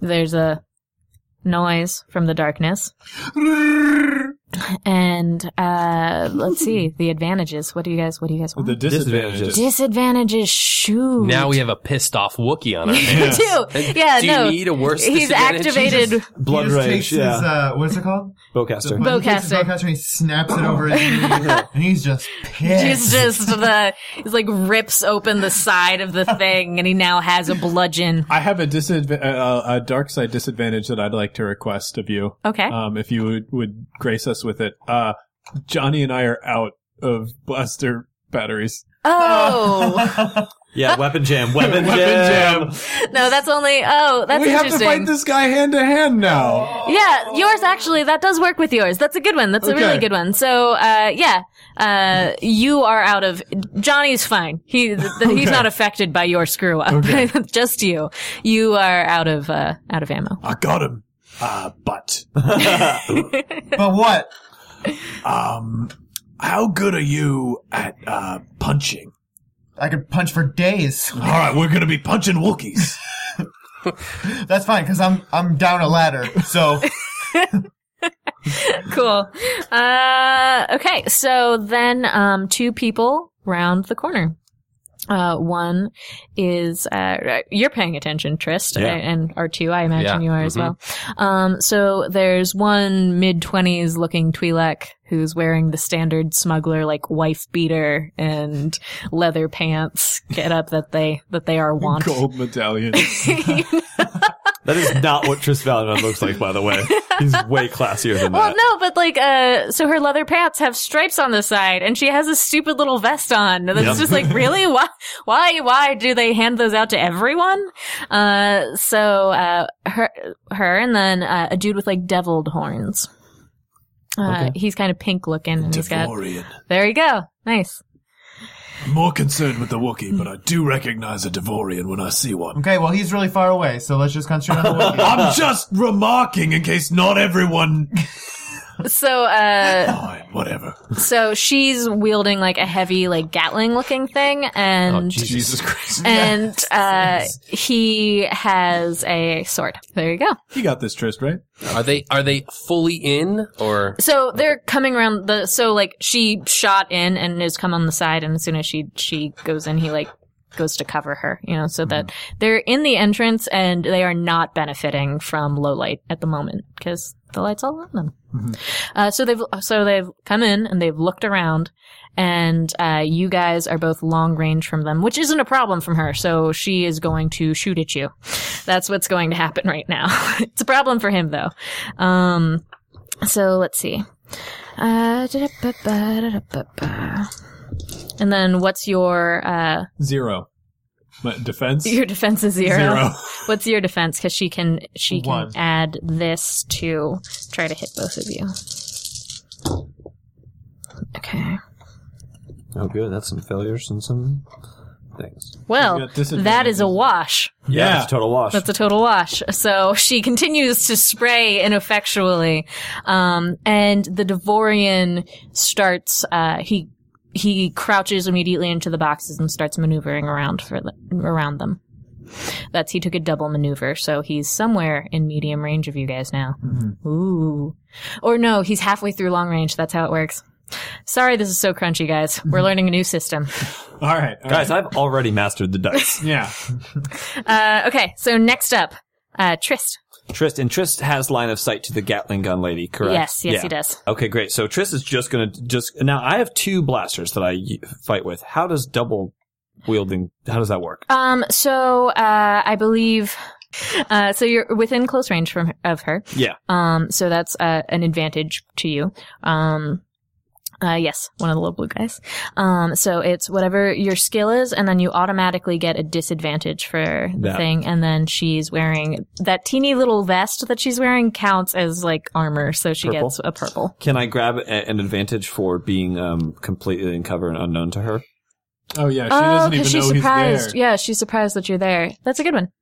there's a noise from the darkness. and uh let's see, the advantages. What do you guys what do you guys want? The disadvantages. disadvantages shoot. Now we have a pissed off Wookie on our hands. do. Yeah, Do you no. need a worse He's disadvantage? activated Blood he just rage, takes yeah. his, uh, what's it called? Bowcaster. When he takes his Bowcaster. Bowcaster, he snaps it over his knee, and he's just pissed. He's just the he's like rips open the side of the thing, and he now has a bludgeon. I have a disadva- uh, a dark side disadvantage that I'd like to request of you, Okay. um, if you would, would grace us with it. Uh, Johnny and I are out of blaster batteries. oh Yeah, weapon jam. Weapon, jam. no, that's only oh that's we have to interesting. fight this guy hand to hand now. yeah, yours actually that does work with yours. That's a good one. That's a really Okay. good one. So uh, yeah, uh, you are out of Johnny's fine. He th- th- he's not affected by your screw up. Just you. You are out of uh, out of ammo. I got him. Uh, but but what? how good are you at uh, punching? I could punch for days. All right, we're gonna be punching Wookiees. That's fine because I'm I'm down a ladder. So Cool. Uh, okay, so then um, two people round the corner. Uh, one is uh, you're paying attention, Trist, Yeah. and R two. I imagine Yeah, you are as well. Um, so there's one mid twenties looking Twi'lek who's wearing the standard smuggler like wife beater and leather pants get up that they that they are want. Gold medallion. That is not what Tris Valentine looks like, by the way. He's way classier than Well, that. no, but like, uh, so her leather pants have stripes on the side, and she has a stupid little vest on. That's Yep. just like, really, why, why, why do they hand those out to everyone? Uh, so uh, her, her, and then uh, a dude with like deviled horns. Uh, He's kind of pink looking, and he's got. Devorian. There you go, nice. I'm more concerned with the Wookiee, but I do recognize a Devorian when I see one. okay, well he's really far away. So let's just concentrate on the Wookiee. I'm just remarking in case not everyone. So, uh, Fine, whatever. so she's wielding like a heavy, like Gatling looking thing, Oh, and Jesus Christ. and uh, he has a sword. There you go. you got this, Trist, right? Are they are they fully in or So they're coming around the. So like she shot in and has come on the side, and as soon as she she goes in, he like goes to cover her, you know, so that they're in the entrance and they are not benefiting from low light at the moment because the light's all on them. Uh, so they've so they've come in and they've looked around, and uh, you guys are both long range from them, which isn't a problem from her. So she is going to shoot at you. That's what's going to happen right now. it's a problem for him though. Um, so let's see. Uh, da-da-ba-ba, da-da-ba-ba. and then what's your uh, Zero. My defense? your defense is zero. Zero. What's your defense? Because she can she can One. add this to try to hit both of you. Okay. Oh, good. That's some failures and some things. Well, got disadvantages. that is a wash. Yeah. it's total wash. That's a total wash. So she continues to spray ineffectually, um, and the Devorian starts. Uh, he he crouches immediately into the boxes and starts maneuvering around for the, around them. That's he took a double maneuver, so he's somewhere in medium range of you guys now. Ooh, or no, he's halfway through long range. That's how it works. Sorry, this is so crunchy, guys. We're learning a new system. All right. all right. Guys, I've already mastered the dice. Yeah. Uh, okay, so next up, uh, Trist. Trist and Trist has line of sight to the Gatling gun lady, correct? Yes, yes, Yeah. he does. Okay, great. So Trist is just gonna just now. I have two blasters that I y- fight with. How does double wielding? How does that work? Um, so uh, I believe. Uh, so you're within close range from of her. Yeah. Um, so that's uh, an advantage to you. Um, Uh, yes, one of the little blue guys. Um, so it's whatever your skill is, and then you automatically get a disadvantage for the That. thing. And then she's wearing that teeny little vest that she's wearing counts as like armor, so she Purple? gets a purple. Can I grab a- an advantage for being um, completely in cover and unknown to her? Oh yeah, she oh, doesn't even because she's know he's there. surprised. Yeah, she's surprised that you're there. That's a good one.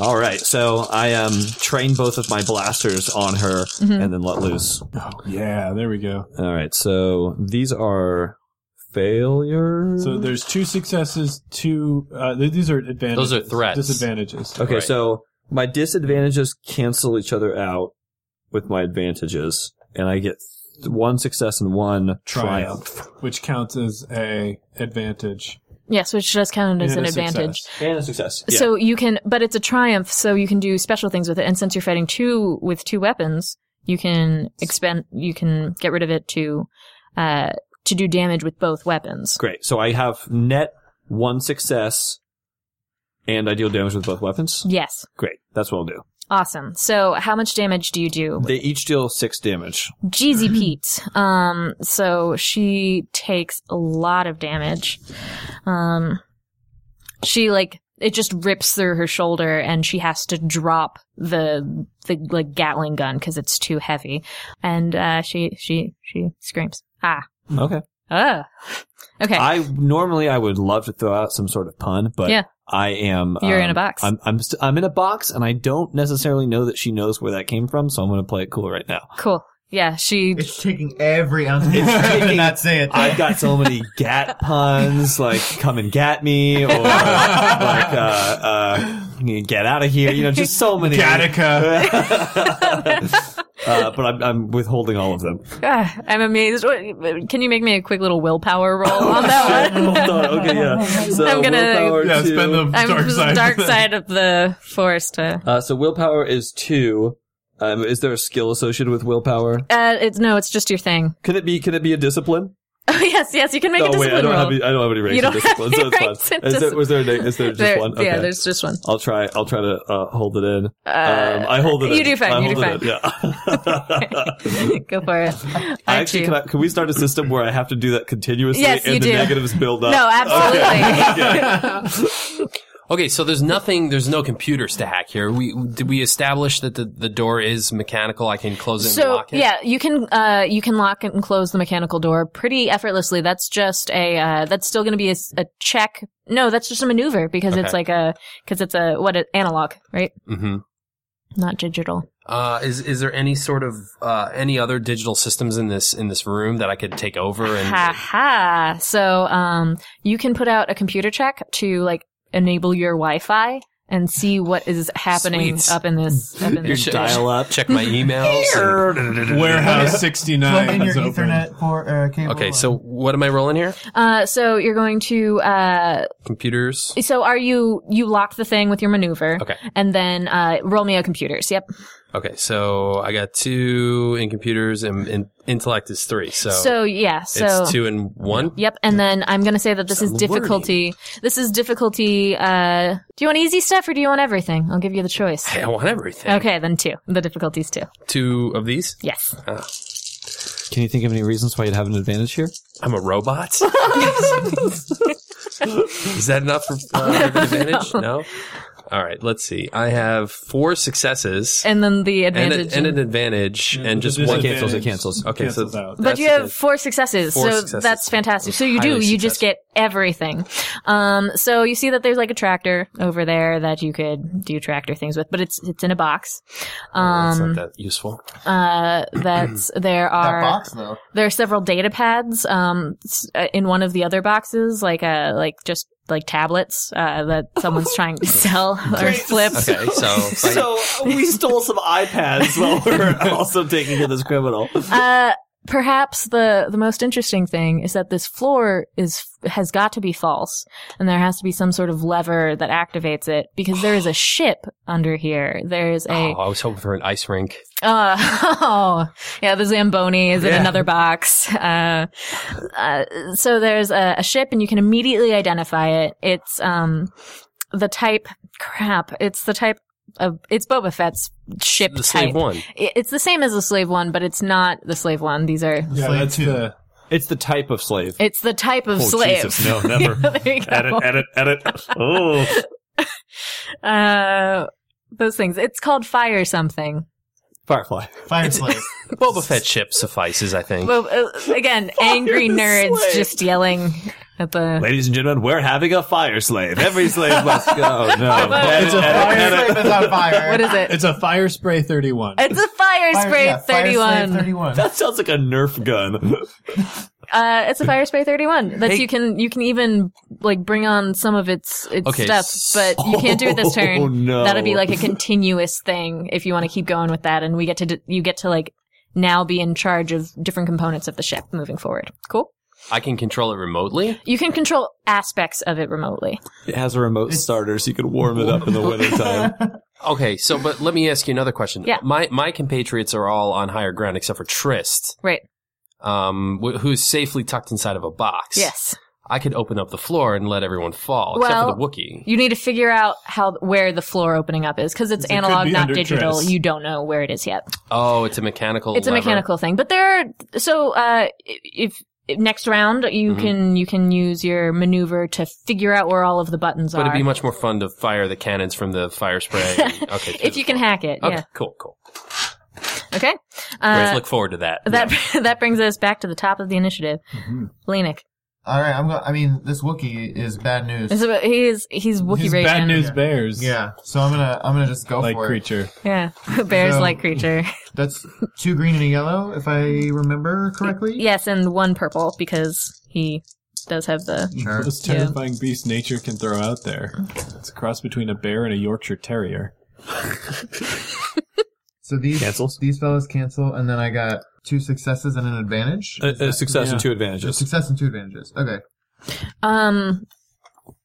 All right, so I um, train both of my blasters on her Mm-hmm. and then let loose. Yeah, there we go. All right, so these are failures. So there's two successes, two. Uh, th- these are advantages. Those are threats. Disadvantages. okay, right. so my disadvantages cancel each other out with my advantages, and I get one success and one triumph. which counts as a advantage. Yes, which does count as And an a advantage. success. And a success. Yeah. So you can, but it's a triumph, so you can do special things with it. And since you're fighting two with two weapons, you can expend, you can get rid of it to, uh, to do damage with both weapons. Great. So I have net one success, and I deal damage with both weapons. Yes. Great. That's what I'll do. Awesome. So how much damage do you do? They each deal six damage. Jeezy Pete. Um, so she takes a lot of damage. Um, she like, it just rips through her shoulder and she has to drop the, the like Gatling gun cause it's too heavy. And, uh, she, she, she screams. Ah. Okay. Oh. Okay. I normally I would love to throw out some sort of pun, but Yeah. I am. You're um, in a box. I'm I'm st- I'm in a box, and I don't necessarily know that she knows where that came from, so I'm going to play it cool right now. cool. Yeah. She, It's taking every ounce of time to taking- not say it. I've got so many gat puns, like "come and gat me" or like uh, uh, "get out of here." You know, just so many. Gattaca. uh, but I'm, I'm withholding all of them. ah, I'm amazed. What- Can you make me a quick little willpower roll Oh, on that one? Hold on, Oh, Okay, yeah. So I'm gonna- willpower Yeah, two. spend the I'm dark side. dark side of the forest. To, Uh, so willpower is two. Um, is there a skill associated with willpower? uh, it's no, it's just your thing. Can it be? Can it be a discipline? Oh yes, yes, you can make a oh wait, I discipline don't roll. have. Any, I don't have any ranks You in don't discipline, have so any it's ranks in fine. Is there, was there? A, na- is there just There- one? Yeah, there's just one. I'll try. I'll try to uh, hold it in. Uh, um, I hold it. you in. do fine, I you hold do it in, Yeah. Go for it. I Aren't actually you? can. I, can we start a system where I have to do that continuously Yes, and you the do. negatives build up? no, absolutely. Okay, so there's nothing, there's no computers to hack here. We did we establish that the, the door is mechanical? I can close it and so lock it. yeah, you can uh, you can lock and close the mechanical door pretty effortlessly. That's just a uh, that's still going to be a, s- a check. No, that's just a maneuver because it's Okay. like a because it's a what a- analog, right? Mm-hmm. Not digital. Uh, is is there any sort of uh, any other digital systems in this in this room that I could take over and Ha ha. So um, you can put out a computer check to like enable your Wi-Fi and see what is happening Sweet. up in this up in Your this dial up, check my emails? and- Warehouse sixty Plug nine in your is open. Ethernet for uh, cable. okay, so what am I rolling here? Uh, so you're going to, uh, Computers. so are you, you lock the thing with your maneuver. Okay. And then, uh, roll me a computers. Yep. Okay, so I got two in computers and, and intellect is three. So, so yeah, so. it's two and one. Yep. And then I'm going to say that this is difficulty. This is difficulty, uh, do you want easy stuff or do you want everything? I'll give you the choice. Hey, I want everything. Okay, then two. The difficulty's two. Two of these. Yes. Can you think of any reasons why you'd have an advantage here? I'm a robot. Is that enough for uh, an advantage? No. All right. Let's see. I have four successes And then the and, advantage. a, and an advantage, and just one. disadvantage. cancels, it cancels. Okay, cancels so- out. but you That's have four successes, Four so successes. that's fantastic. So you do, Highly you just successful. get everything. Um, so you see that there's like a tractor over there that you could do tractor things with, but it's it's in a box. Oh, That's Um, not that useful. uh, that's there that are box though. there are several data pads um s- uh, in one of the other boxes, like uh like just like tablets uh, that someone's trying to sell or flip. Okay, so, So we stole some iPads while we were also taking in this criminal. Uh, perhaps the the most interesting thing is that this floor is has got to be false, and there has to be some sort of lever that activates it because there is a ship under here. There's oh, a I was hoping for an ice rink. uh, oh yeah, the Zamboni is Yeah. in another box. Uh, uh, so there's a, a ship, and you can immediately identify it. It's um the type crap. It's the type of it's Boba Fett's ship The slave type. one. I- It's the same as the slave one, but it's not the slave one. These are Yeah, Slave that's two. the. It's the type of slave. it's the type of Oh, slave. Jesus, no, never. There you go. edit, edit, edit. Oh, Uh, those things. It's called fire something. Firefly. Fire slave. Boba Fett ship suffices, I think. Well, uh, again, angry nerds just yelling at the. Ladies and gentlemen, we're having a fire slave. Every slave must go. No, It's Edit, a edit, Fire edit. slave is on fire. What is it? It's a fire spray 31. It's a fire, Fire- spray yeah, fire slave 31. 31. That sounds like a Nerf gun. Uh, it's a fire spray 31. That's Hey. you can you can even like bring on some of its its Okay, stuff, but you can't do it this turn. Oh, no. That'd be like a continuous thing if you want to keep going with that and we get to d- you get to like now be in charge of different components of the ship moving forward. Cool. I can control it remotely. You can control aspects of it remotely. It has a remote starter, so you can warm it up in the wintertime. Okay, so but let me ask you another question. Yeah. My my compatriots are all on higher ground except for Trist, Right. um, wh- who's safely tucked inside of a box. Yes. I could open up the floor and let everyone fall, except for Well- the Wookiee. You need to figure out how where the floor opening up is because it's could analog, be not under digital. dress. You don't know where it is yet. Oh, it's a mechanical. it's a lever. mechanical thing but there are so uh if, if next round you Mhm. can you can use your maneuver to figure out where all of the buttons But are it'd be much more fun to fire the cannons from the fire spray. and- okay. through if the you can floor. hack it Okay, yeah cool, cool. okay Let's uh, look forward to that. that that brings us back to the top of the initiative Lenik. All right, I'm going. I mean, this Wookiee is bad news. This is what- he is he's Wookiee He's raging. bad news bears. yeah, so I'm gonna I'm gonna just go Like for creature. yeah bears So- like creature it. That's two green and a yellow, if I remember correctly. yes and one purple because he does have the Sure. Most Yeah. terrifying beast nature can throw out there. It's a cross between a bear and a Yorkshire Terrier. So these Cancels? these fellas cancel, and then I got two successes and an advantage. A, a success and two A advantages. success and two advantages. Okay. um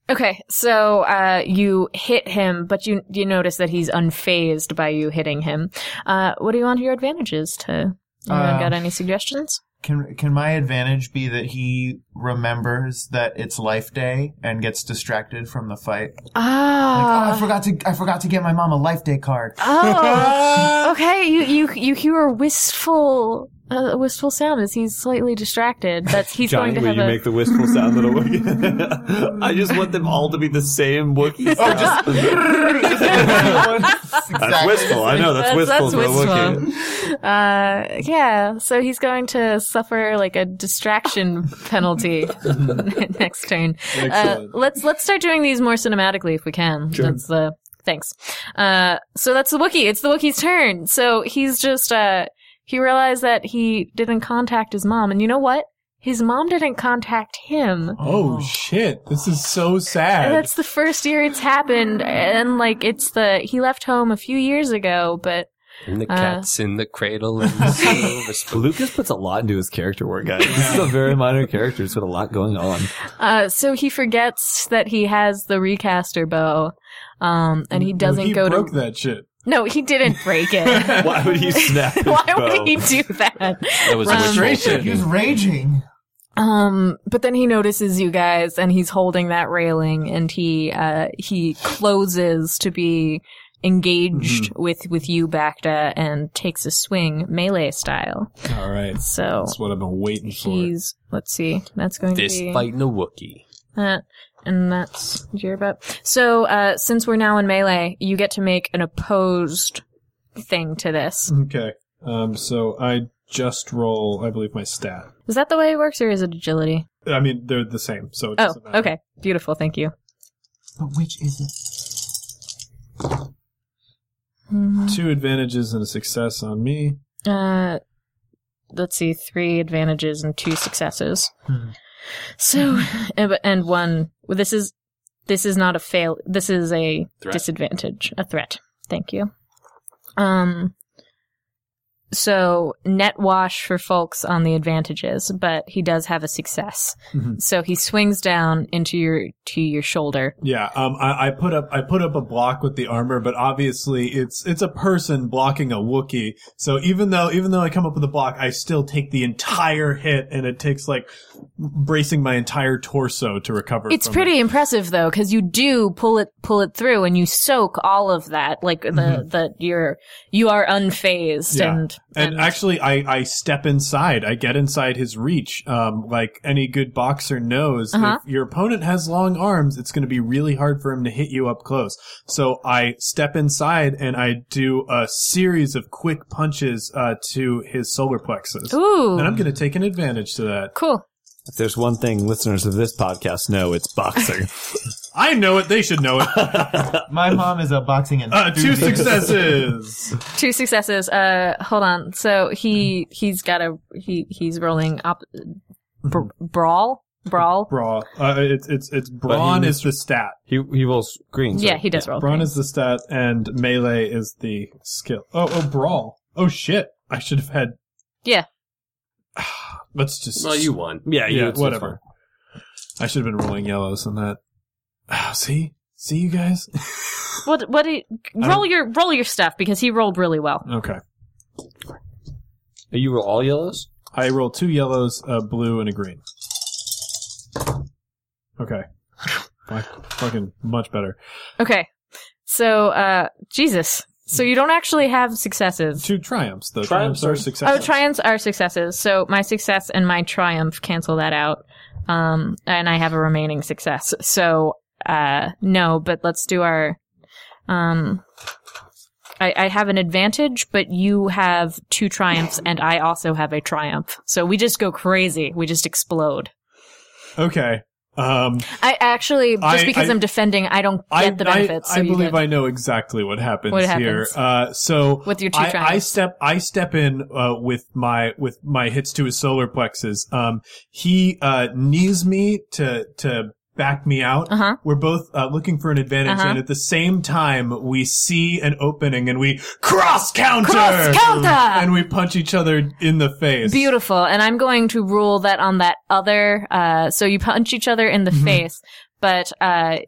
okay so uh you hit him but you you notice that he's unfazed by you hitting him uh what do you want your advantages to anyone Uh, got any suggestions Can can my advantage be that he remembers that it's Life Day and gets distracted from the fight? Like, ah oh, I forgot to I forgot to get my mom a Life Day card. Oh, okay. You you you hear a wistful a wistful sound as he's slightly distracted. That's he's Johnny, going to will have you a. make the wistful sound that a Wookiee? I just want them all to be the same Wookiee. Oh, just that's wistful. I know that's, That's- wistful. that's for a Wookiee. uh, yeah. So he's going to suffer like a distraction penalty next turn. Uh, Excellent. let's let's start doing these more cinematically if we can. That's the thanks. Uh, so that's the Wookiee. It's the Wookiee's turn. So he's just uh, he realized that he didn't contact his mom, and you know what? His mom didn't contact him. oh shit! This is so sad. That's the first year it's happened, and like it's the he left home a few years ago, but And the Uh. cat's in the cradle and the silver spoon. Lucas puts a lot into his character work, guys. This is a very minor character. It's got a lot going on. uh, so he forgets that he has the recaster bow, um, and he doesn't he go broke to. that shit. No, he didn't break it. Why would he snap? his Why bow? would he do that? That was wishful Frustration. He was thinking. raging. Um, but then he notices you guys, and he's holding that railing, and he uh he closes to be engaged Mm-hmm. with with you, Bacta, and takes a swing melee style. All right, So that's what I've been waiting for. He's let's see. That's going This to be fighting a Wookiee. that, and that's your about. So uh, since we're now in melee, you get to make an opposed thing to this. Okay, um, so I just roll. I believe my stat. Is that the way it works, or is it agility? I mean, they're the same, so it Oh, doesn't matter. okay, beautiful. Thank you. But which is it? Two advantages and a success on me. Uh, let's see, three advantages and two successes. So, and and one. Well, this is this is not a fail. This is a Threat. disadvantage, a threat. Thank you. Um. So net wash for folks on the advantages, but he does have a success. So he swings down into your to your shoulder. Yeah, um, I, I put up I put up a block with the armor, but obviously it's it's a person blocking a Wookiee. So even though even though I come up with a block, I still take the entire hit, and it takes like bracing my entire torso to recover. It's from pretty impressive though, because you do pull it pull it through, and you soak all of that. Like the the you're you are unfazed, Mm-hmm. Yeah. and, And actually, I, I step inside. I get inside his reach. Um, like any good boxer knows, Uh-huh. if your opponent has long arms, it's going to be really hard for him to hit you up close. So I step inside and I do a series of quick punches uh, to his solar plexus. ooh And I'm going to take an advantage to that. cool. If there's one thing listeners of this podcast know, it's boxing. I know it. They should know it. My mom is a boxing Uh, enthusiast. two successes. Two successes. Uh, hold on. So Mm-hmm. he he's got a he he's rolling up br- brawl brawl. Brawl. Uh, it's it's it's brawn is the stat. he he rolls greens. Yeah, he does roll. Brawn is the stat, and melee is the skill. Oh, oh, brawl. Oh shit! I should have had. Yeah. Let's just. Well, you won. Yeah, Yeah, you- it's whatever. I should have been rolling yellows on that. Ah, see, see you guys. What what do you, roll your roll your stuff because he rolled really well. okay, fine. You roll all yellows. I roll two yellows, a blue, and a green. Okay, Fuck- fucking much better. Okay. So uh Jesus. Mm-hmm. So you don't actually have successes. Two triumphs. though. Triumphs triumphs, are are- successful. Oh, triumphs are successes. So my success and my triumph cancel that out. Um and I have a remaining success. So uh no, but let's do our um I, I have an advantage, but you have two triumphs and I also have a triumph. So we just go crazy. We just explode. okay. Um, I actually just I- because I- I, am defending, I don't get the benefits. I, so you believe good. I know exactly what happens, What happens. here. Uh, so With your two I, I triumphs. step I step in uh, with my with my hits to his solar plexus. Um, he uh, knees me to to back me out. Uh-huh. We're both uh, looking for an advantage, Uh-huh. and at the same time we see an opening and we cross counter, Cross counter! and we punch each other in the face. Beautiful. And I'm going to rule that on that other. Uh, so you punch each other in the face, but uh,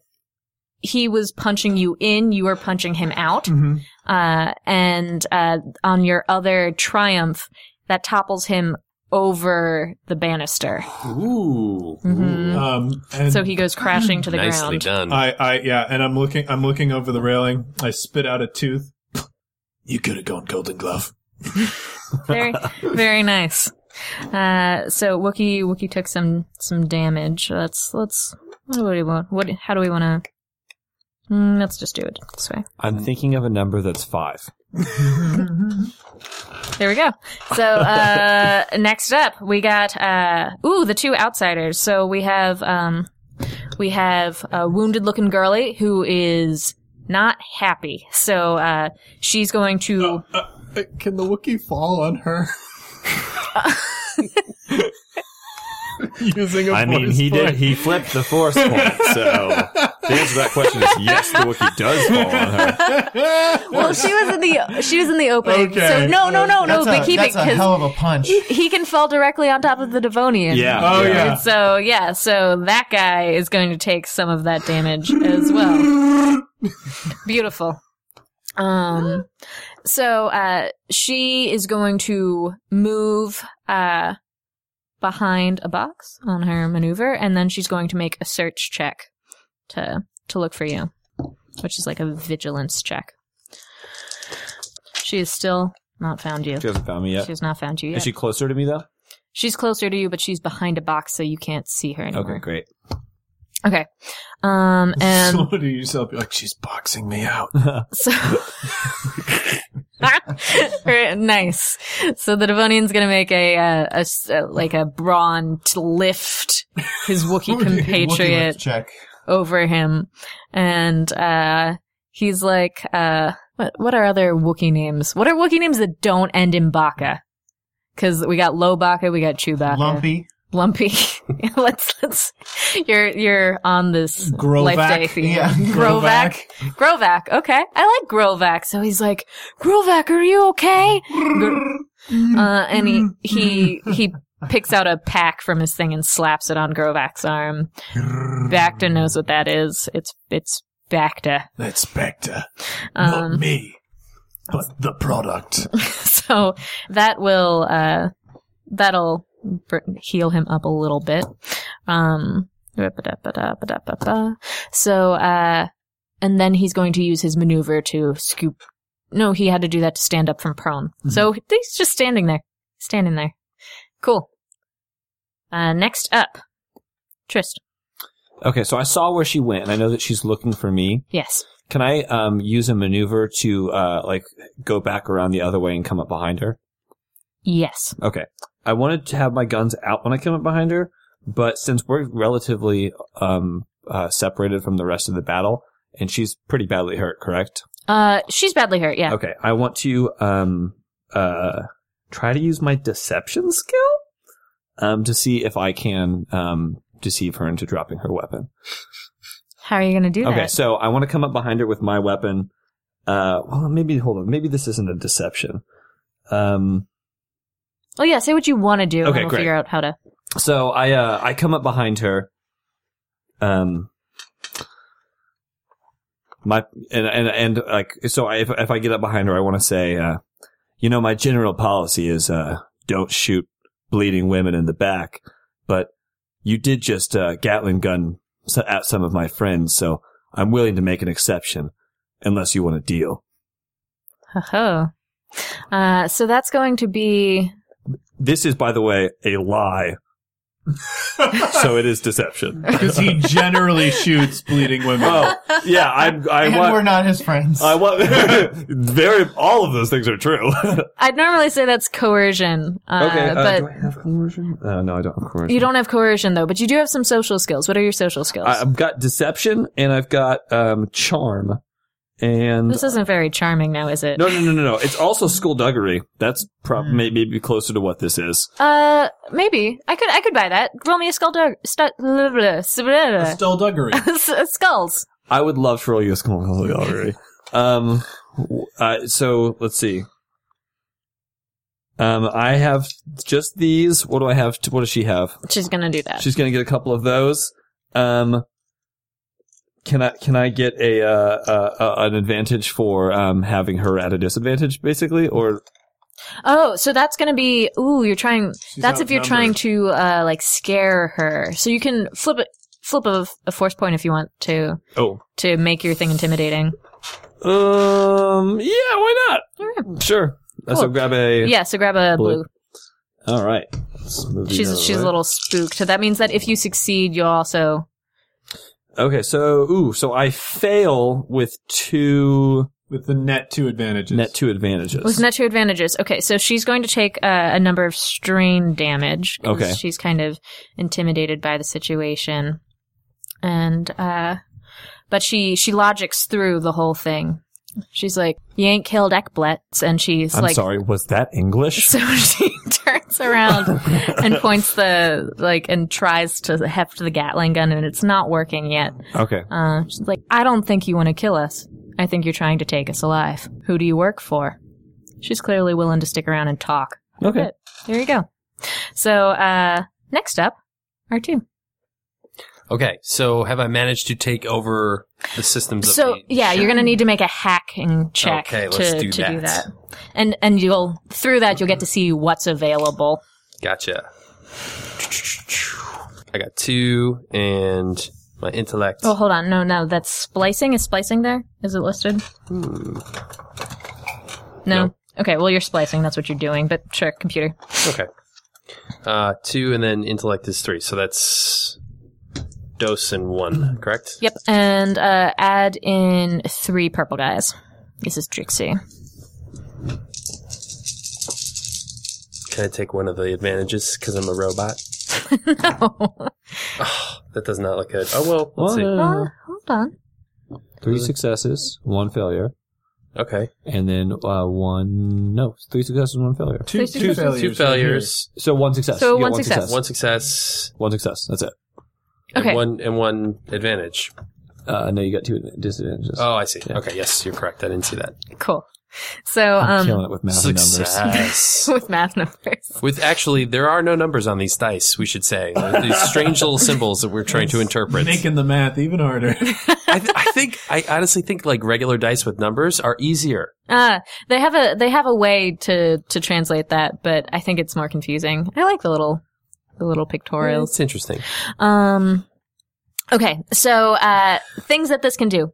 he was punching you in, you were punching him out. Mhm. Uh, and uh, on your other triumph, that topples him over the banister. Ooh. Mhm. Um, and So he goes crashing to the Nicely ground. Mm. done. I, I, yeah, and I'm looking, I'm looking over the railing. I spit out a tooth. You could have gone Golden Glove. very, very nice. Uh, so Wookie Wookie took some some damage. Let's let's what do we want? What how do we want to? Mm, let's just do it this way. I'm thinking of a number that's five. There we go. So uh, next up, we got uh, ooh the two outsiders. So we have um, we have a wounded looking girly who is not happy. So uh, she's going to. Uh, Can the Wookiee fall on her? Using a I mean, force he point. did. He flipped the force point. So the answer to that question is yes. The Wookiee does fall on her. Well, she was in the she was in the opening. Okay. So no, no, no, no. That's, But a, keep it that's a because hell of a punch. he can fall directly on top of the Devonian. Yeah. Oh yeah. So yeah, so that guy is going to take some of that damage as well. Beautiful. Um so uh she is going to move uh behind a box on her maneuver and then she's going to make a search check to to look for you, which is like a vigilance check. She is still not found you. She hasn't found me yet. She has not found you yet. Is she closer to me though? She's closer to you, but she's behind a box, so you can't see her anymore. Okay, great. Okay. Um, and Somebody yourself be like, she's boxing me out. so. Right, nice. So the Devonian's gonna make a, uh, a s- uh, like a brawn to lift his Wookiee Wookiee lift compatriot check. over him, and uh, he's like, uh, what what are other Wookiee names? What are Wookiee names that don't end in Baka? Because we got Low Baka, we got Chewbacca, Lumpy. lumpy. let's let's you're you're on this Grovac. life day theme. Yeah. Grovac. Grovac. Okay. I like Grovac. So he's like, Grovac, are you okay? Gr- uh, and he he he picks out a pack from his thing and slaps it on Grovac's arm. Bacta knows what that is. It's it's Bacta. That's Spectre. Not Um, me, but the product. so that will uh that'll br- heal him up a little bit um so uh and then he's going to use his maneuver to scoop no he had to do that to stand up from prone Mm-hmm. so he's just standing there standing there cool uh next up trist Okay, so I saw where she went, and I know that she's looking for me. yes Can I um, use a maneuver to uh, like go back around the other way and come up behind her? yes Okay, I wanted to have my guns out when I came up behind her, but since we're relatively um, uh, separated from the rest of the battle, and she's pretty badly hurt, correct? uh she's badly hurt yeah Okay, I want to um uh try to use my deception skill um to see if I can um deceive her into dropping her weapon. how are you gonna do that Okay, so I want to come up behind her with my weapon. Uh, well, maybe hold on, maybe this isn't a deception. Um, oh yeah say what you want to do and Okay, we'll great. figure out how to so I uh I come up behind her. Um. My and and and like so I, if if I get up behind her I want to say uh you know, my general policy is uh, don't shoot bleeding women in the back, but you did just uh, Gatlin gun s- at some of my friends, so I'm willing to make an exception unless you want a deal. Ho ho. Uh, so that's going to be This is, by the way, a lie. so it is deception. Because he generally shoots bleeding women. Oh, yeah, I'm, I and we're want. not his friends. I want very. All of those things are true. okay, I'd normally say that's coercion. Uh, but do I have coercion? Uh, no, I don't have coercion. you don't have coercion though, but you do have some social skills. What are your social skills? I- um, I've got deception and I've got um, charm, and this isn't very charming now, is it? No, no, no, no, no. It's also skullduggery. That's prob- may- maybe closer to what this is. Uh, maybe I could I could buy that. Roll me a skull dog. Stu- blah, blah, blah, Skullduggery. blah. S- Skulls. I would love to roll you a skullduggery. um, w- uh, so let's see. Um, I have just these. What do I have? To, what does she have? She's gonna do that. She's gonna get a couple of those. Um, can I can I get a uh, uh, uh, an advantage for um, having her at a disadvantage, basically, or Oh, so that's gonna be ooh. You're trying. that's if you're trying outnumbered. to uh like scare her. So you can flip it. Flip a, a force point if you want to oh, to make your thing intimidating. um, yeah, why not? Sure. Uh, So Cool. grab a Yeah, so grab a blue. Blue. All right. Let's move these out She's of the she's a way. little spooked. So that means that if you succeed, you'll also Okay, so ooh, so I fail with two With the net two advantages. net two advantages. with net two advantages. Okay, so she's going to take uh, a number of strain damage. 'cause Okay. she's kind of intimidated by the situation, and uh, but she she logics through the whole thing. She's like, "You ain't killed Ekblets," and she's I'm like, sorry, was that English? So she turns around and points the like and tries to heft the Gatling gun, and it's not working yet. Okay. Uh, she's like, I don't think you want to kill us. I think you're trying to take us alive. Who do you work for? She's clearly willing to stick around and talk. Okay. Good. There you go. So, uh, next up, R2. Okay, so have I managed to take over the systems? So, of the- yeah, you're going to need to make a hacking check Okay, let's to, do to do that. that. And, and you'll, through that, you'll get to see what's available. Gotcha. I got two and my intellect. Oh, hold on. No, no, that's splicing. Is splicing there? Is it listed? Hmm. No. No. Okay, well, you're splicing. That's what you're doing, but sure, computer. Okay. Uh, two and then intellect is three. So that's dose and one, correct? Yep, and uh, add in three purple guys. This is Trixie. Can I take one of the advantages because I'm a robot? Oh, That does not look good. Oh, well, let's see. One, hold on. three successes, one failure. Okay. and then uh, one no three successes, one failure. Three successes. Two failures, So one success. So Yeah, one success. one success, One success. That's it. Okay. and one and one advantage. Uh, no, you got two advan- disadvantages. Oh, I see. Okay, yes, you're correct. I didn't see that. Cool. So, I'm um, killing it with math and numbers. Success. with math numbers. With actually, there are no numbers on these dice. We should say Like, these strange little symbols that we're trying to interpret. Making the math even harder. I, th- I think I honestly think like regular dice with numbers are easier. Uh, they have a, they have a way to, to translate that, but I think it's more confusing. I like the little, the little pictorials. It's interesting. Um, okay, so uh, things that this can do.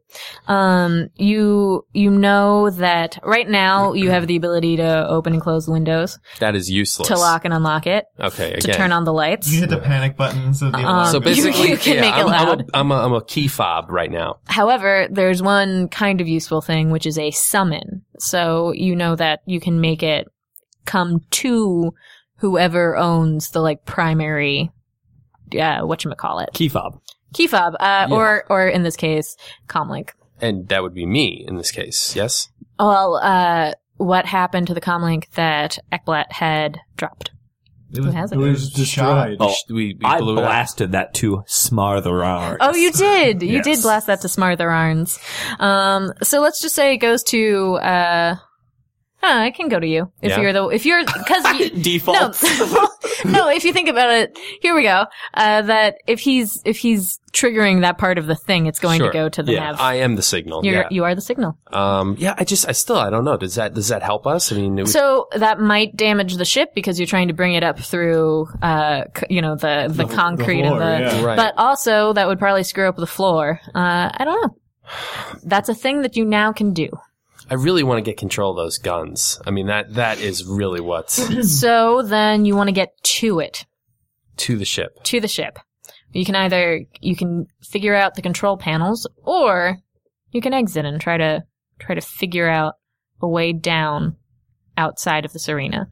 Um, you you know that right now you have the ability to open and close the windows, That is useless. to lock and unlock it, Okay, to again. turn on the lights. You hit the panic button, so the Um, alarm so goes off. basically, you can yeah, make it I'm, I'm loud. a, I'm, a, I'm a key fob right now. However, there's one kind of useful thing, which is a summon. So you know that you can make it come to whoever owns the like primary, uh, whatchamacallit. Key fob. Key fob, uh, or, or in this case, comlink. And that would be me in this case. Yes. Well, uh, what happened to the comlink that Ekblat had dropped? It was, has it? It was shot. destroyed. Oh, we, we I blew it up. blasted that to smartherarns. Oh, you did. You did blast that to Smartherarns. Um, so let's just say it goes to. Uh, huh, it can go to you if Yeah. you're the if you're because no, Default. no. If you think about it, here we go. Uh, that if he's if he's triggering that part of the thing, it's going Sure. to go to the Yeah. nav. I am the signal. You're, yeah. You are the signal. um. Yeah. I just. I still. I don't know. Does that. Does that help us? I mean. It was, So that might damage the ship because you're trying to bring it up through, uh, c- you know, the, the, concrete floor, and the. yeah. right. But also, that would probably screw up the floor. Uh, I don't know. That's a thing that you now can do. I really want to get control of those guns. I mean. That. That is really what's so then you want to get to it, to the ship. to the ship. You can either you can figure out the control panels, or you can exit and try to try to figure out a way down outside of this arena.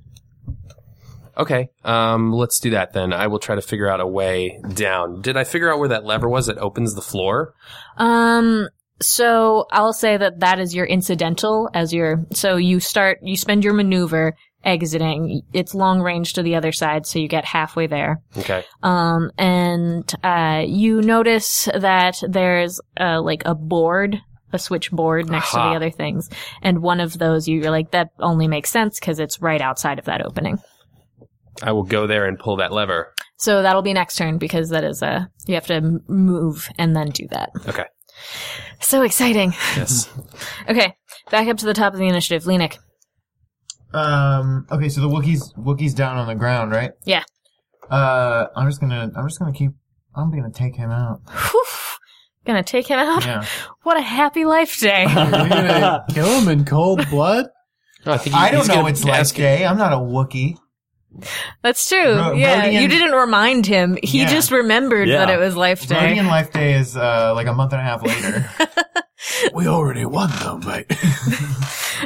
Okay. Um. Let's do that then. I will try to figure out a way down. Did I figure out where that lever was that opens the floor? Um. So I'll say that that is your incidental as your. So you start. You spend your maneuver exiting. It's long range to the other side, so you get halfway there. Okay. Um. And uh, you notice that there's uh like a board. A switchboard next to Aha. the other things, and one of those you- you're like, that only makes sense because it's right outside of that opening. I will go there and pull that lever. So that'll be next turn because that is a you have to m- move and then do that. Okay. So exciting. Yes. Okay, back up to the top of the initiative, Lenik. Um. Okay, so the Wookiees Wookiees down on the ground, right? Yeah. Uh, I'm just gonna I'm just gonna keep. I'm gonna take him out. Whew. Gonna take him out. Yeah. What a happy life day. You're gonna kill him in cold blood? No, I think he- I don't he's know gonna it's like ask- Jay. I'm not a Wookiee. That's true. Ro- yeah, Rodian- you didn't remind him. He Yeah. just remembered Yeah. that it was life day. Rodian Life Day is uh, like a month and a half later. We already won though, mate.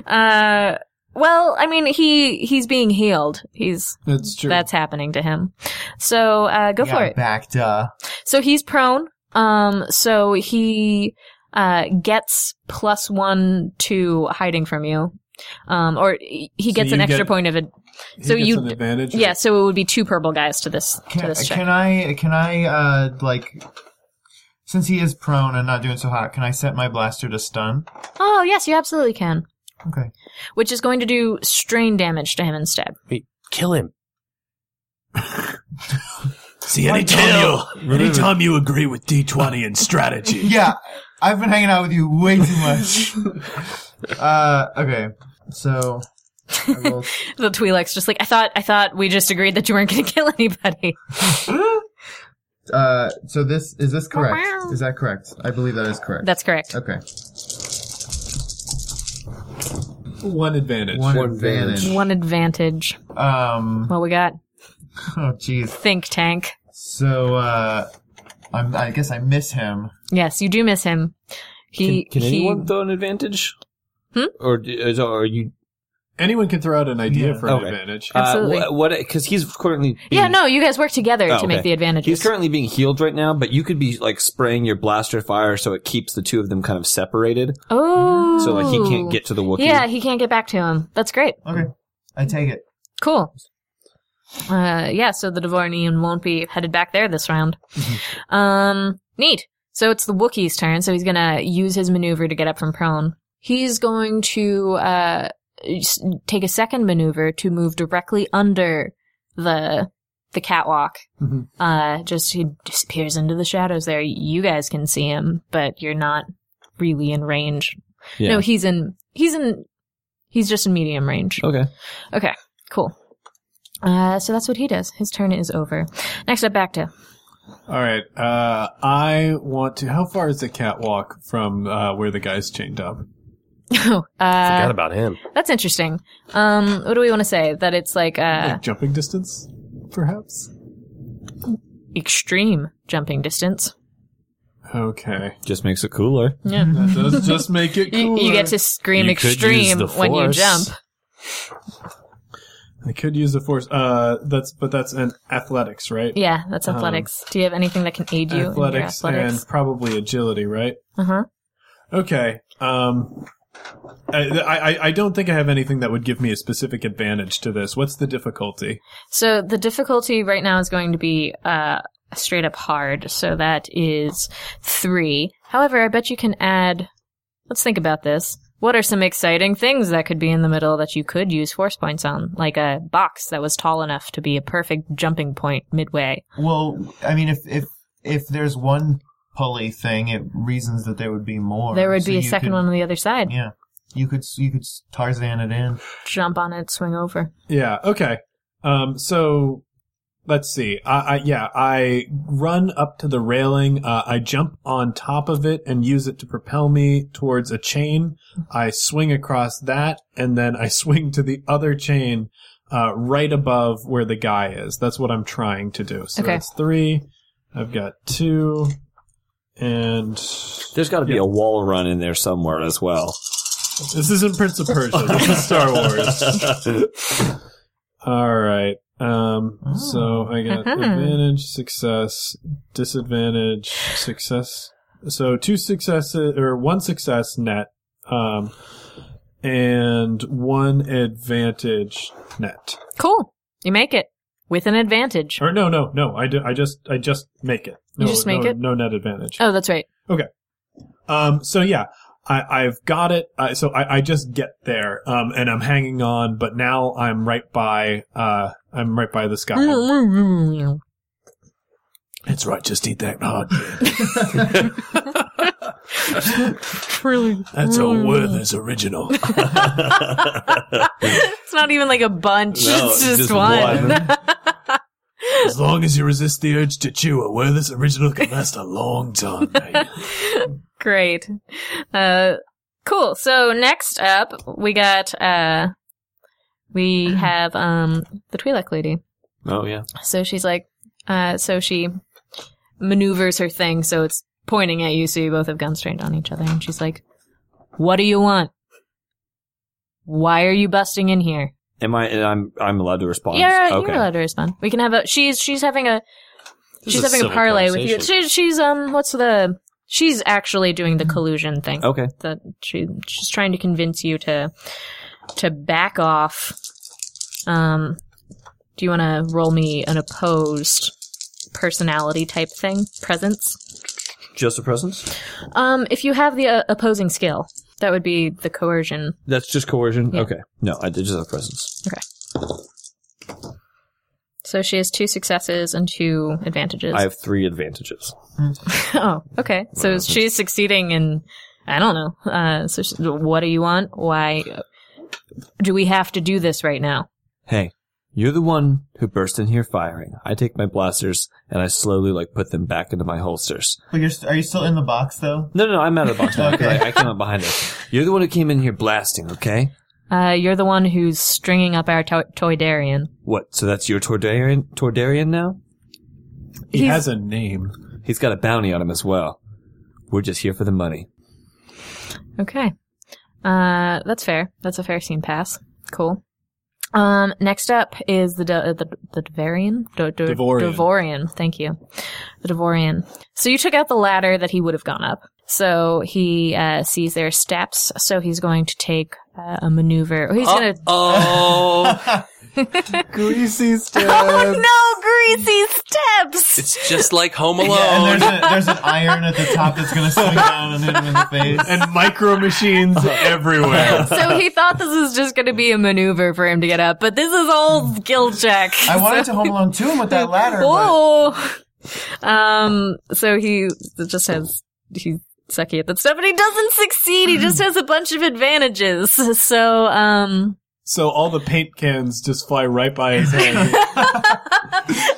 Uh, well, I mean, he he's being healed. He's That's true. that's happening to him. So uh, go Yeah, for it. Back to So he's prone. Um, so he uh gets plus one to hiding from you. Um, or he he gets you an extra get- point of it. He So gets you an advantage. Yeah, so it would be two purple guys to this to can, this check. can I can I uh like since he is prone and not doing so hot, can I set my blaster to stun? Oh yes, you absolutely can. Okay. Which is going to do strain damage to him instead. Wait, kill him. See, anytime you, anytime you agree with D20 and strategy, Yeah, I've been hanging out with you way too much. uh, okay, so I rolled- The Twi'lek's just like I thought. I thought we just agreed that you weren't going to kill anybody. uh, so this is this correct? Is that correct? I believe that is correct. That's correct. okay. One advantage. One, advantage. One advantage. Um. Well, we got Oh, jeez. think tank. So, uh, I'm, I guess I miss him. Yes, you do miss him. He Can, can he anyone throw an advantage? Hmm? Or d- is, are you? Anyone can throw out an idea for an Okay. advantage. Absolutely. Uh, wh- what? Because he's currently being, yeah, no, you guys work together Oh, to make okay. the advantages. He's currently being healed right now, but you could be like spraying your blaster fire so it keeps the two of them kind of separated, oh, so like he can't get to the Wookiee. Yeah, he can't get back to him. That's great. Okay. I take it. Cool. Uh, yeah, so the Dvornian won't be headed back there this round. Mm-hmm. um, neat. So it's the Wookiee's turn, so he's gonna use his maneuver to get up from prone. He's going to, uh, s- take a second maneuver to move directly under the, the catwalk. Mm-hmm. Uh, just, he disappears into the shadows there. You guys can see him, but you're not really in range. Yeah. No, he's in, he's in, he's just in medium range. Okay. Okay, cool. Uh, so that's what he does. His turn is over. Next up, back to All right. Uh, I want to. How far is the catwalk from uh, where the guy's chained up? oh, Forgot uh, about him. that's interesting. Um, what do we want to say? That it's like uh, Like jumping distance, perhaps. extreme jumping distance. Okay. Just makes it cooler. Yeah, That does just make it you, cooler. you get to scream Mm-hmm. You could use extreme the when you force. jump. I could use the force. Uh, that's but that's an athletics, right? Yeah, that's Um, athletics. do you have anything that can aid you athletics, in your and athletics? probably agility, right? Uh huh. Okay. Um, I, I I don't think I have anything that would give me a specific advantage to this. What's the difficulty? So the difficulty right now is going to be uh, straight up hard. So that is three. However, I bet you can add. Let's think about this. What are some exciting things that could be in the middle that you could use force points on? Like a box that was tall enough to be a perfect jumping point midway. Well, I mean, if if if there's one pulley thing, it reasons that there would be more. there would So be a you second could- one on the other side. Yeah, you could you could Tarzan it in. Jump on it, swing over. Yeah. Okay. Um. So let's see. I, I yeah. I run up to the railing. Uh, I jump on top of it and use it to propel me towards a chain. I swing across that, and then I swing to the other chain, uh, right above where the guy is. That's what I'm trying to do. So Okay. that's three. I've got two, and There's got to be Yeah. a wall run in there somewhere as well. this isn't Prince of Persia. this is Star Wars. All right. Um, So I got Uh-huh. advantage, success, disadvantage, success. So two successes or one success net, um, and one advantage net. Cool. You make it with an advantage. Or no, no, no. I, do, I just I just make it. You No, just make no, it? No net advantage. Oh, that's right. Um, so yeah, I, I've got it. Uh, so I, I just get there, um, and I'm hanging on, but now I'm right by, uh, I'm right by this guy. That's right. Just eat that hard. Really? That's a Werther's original. It's not even like a bunch. No, it's just, just one. As long as you resist the urge to chew, a Werther's original can last a long time. Mate. Great. Uh, cool. So next up, we got, uh, we have, um, the Twi'lek lady. Oh yeah. So she's like, uh, so she maneuvers her thing so it's pointing at you so you both have guns trained on each other. And she's like, what do you want? Why are you busting in here? Am I? And I'm I'm allowed to respond. Yeah, Okay. you're allowed to respond. We can have a. She's she's having a. This she's is a having a civil parlay with you. conversation. Mm-hmm. She, she's um. What's the? She's actually doing the collusion thing. Okay. That she she's trying to convince you to to back off. Um, do you want to roll me an opposed personality type thing presence? Just a presence. Um, if you have the uh, opposing skill, that would be the coercion. That's just coercion. Yeah. Okay. No, I did just have presence. So she has two successes and two advantages. I have three advantages. Oh, okay. So she's succeeding in, I don't know. Uh, so she, what do you want? Why do we have to do this right now? Hey, you're the one who burst in here firing. I take my blasters and I slowly like put them back into my holsters. But you're st- are you still in the box though? No, no, no I'm out of the box now. Okay. I, I came up behind us. You're the one who came in here blasting. Okay. Uh, you're the one who's stringing up our to- toy Darian. What? So that's your Tordarian? Tordarian now? He He's- has a name. He's got a bounty on him as well. We're just here for the money. Okay. Uh, that's fair. That's a fair scene pass. Cool. Um, next up is the De- the the Devarian? Do- do- Devorian. Devorian. Thank you, the Devorian. So you took out the ladder that he would have gone up. So he uh, sees their steps. So he's going to take uh, a maneuver. He's gonna. Oh, Greasy steps. Oh no, greasy steps! it's just like Home Oh. Yeah, and Alone. there's, a, there's an iron at the top that's going to swing down and hit him in the face. and micro machines everywhere. so he thought this was just going to be a maneuver for him to get up, but this is old skill check. I wanted to Home Alone 2 him with that ladder. but Whoa. Oh. Um. So he just has he's sucky at that stuff, and he doesn't succeed. He just has a bunch of advantages. So um. so all the paint cans just fly right by his head.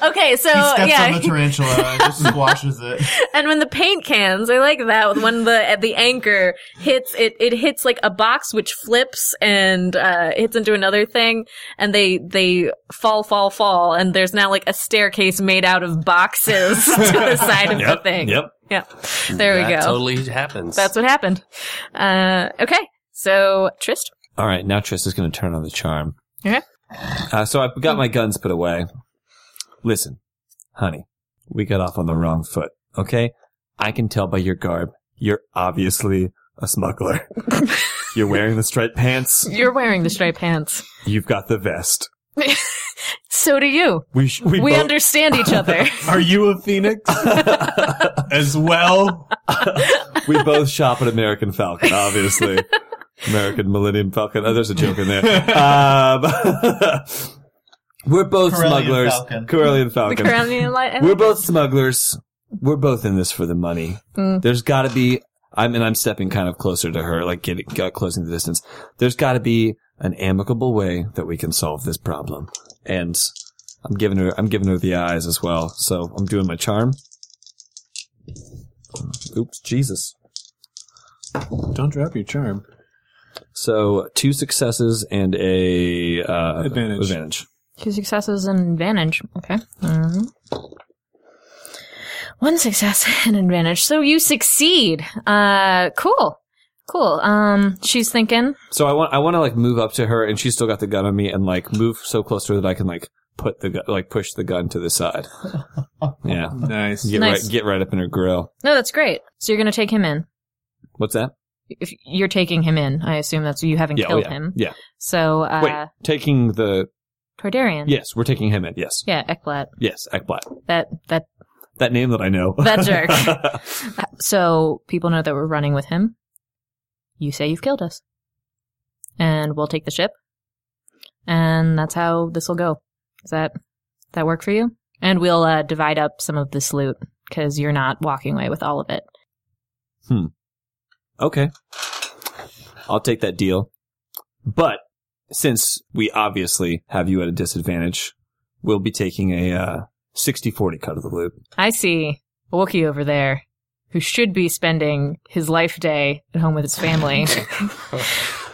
Okay. So He steps yeah. on the tarantula and just squashes it. and when the paint cans, I like that when the at the anchor hits it, it hits like a box which flips and uh, hits into another thing, and they they fall, fall, fall, and there's now like a staircase made out of boxes to the side of the thing. Yep. Yeah, there we that go. Totally happens. That's what happened. Uh, okay, so Trist, All right, now Triss is going to turn on the charm. Okay. Uh, so I've got my guns put away. Listen, honey, we got off on the wrong foot, okay? I can tell by your garb, you're obviously a smuggler. you're wearing the striped pants. you're wearing the striped pants. You've got the vest. So do you. We sh- we, We both- understand each other. Are you a phoenix as well? we both shop at American Falcon, obviously. American Millennium Falcon. Oh, there's a joke in there. Um, we're both Corellian smugglers. Falcon. Corellian Falcon. Coronial Light- We're both smugglers. We're both in this for the money. There's got to be. I mean, I'm stepping kind of closer to her, like getting uh, closing the distance. There's got to be an amicable way that we can solve this problem. And I'm giving her, I'm giving her the eyes as well. So I'm doing my charm. Oops, Jesus. Don't drop your charm. So two successes and a uh, Advantage. Advantage. Two successes and an advantage. Okay. hmm One success and advantage. So you succeed. Uh, cool. Cool. Um, she's thinking. So I want I want to like move up to her, and she's still got the gun on me, and like move so close to her that I can like put the gu- like push the gun to the side. yeah, Nice. get Nice. right get right up in her grill. No, that's great. So you're gonna take him in. What's that? If you're taking him in, I assume that's you haven't Yeah, oh killed yeah, him. yeah. So, uh, Wait, taking the Tordarian. yes, we're taking him in. Yes, Yeah, Eklat. yes, Ekblat. That that That name that I know. that jerk. so people know that we're running with him. You say you've killed us, and we'll take the ship, and that's how this will go. Does that that work for you? And we'll uh, divide up some of this loot because you're not walking away with all of it. okay, I'll take that deal. But since we obviously have you at a disadvantage, we'll be taking a uh, 60-40 cut of the loot. I see a Wookiee over there who should be spending his life day at home with his family,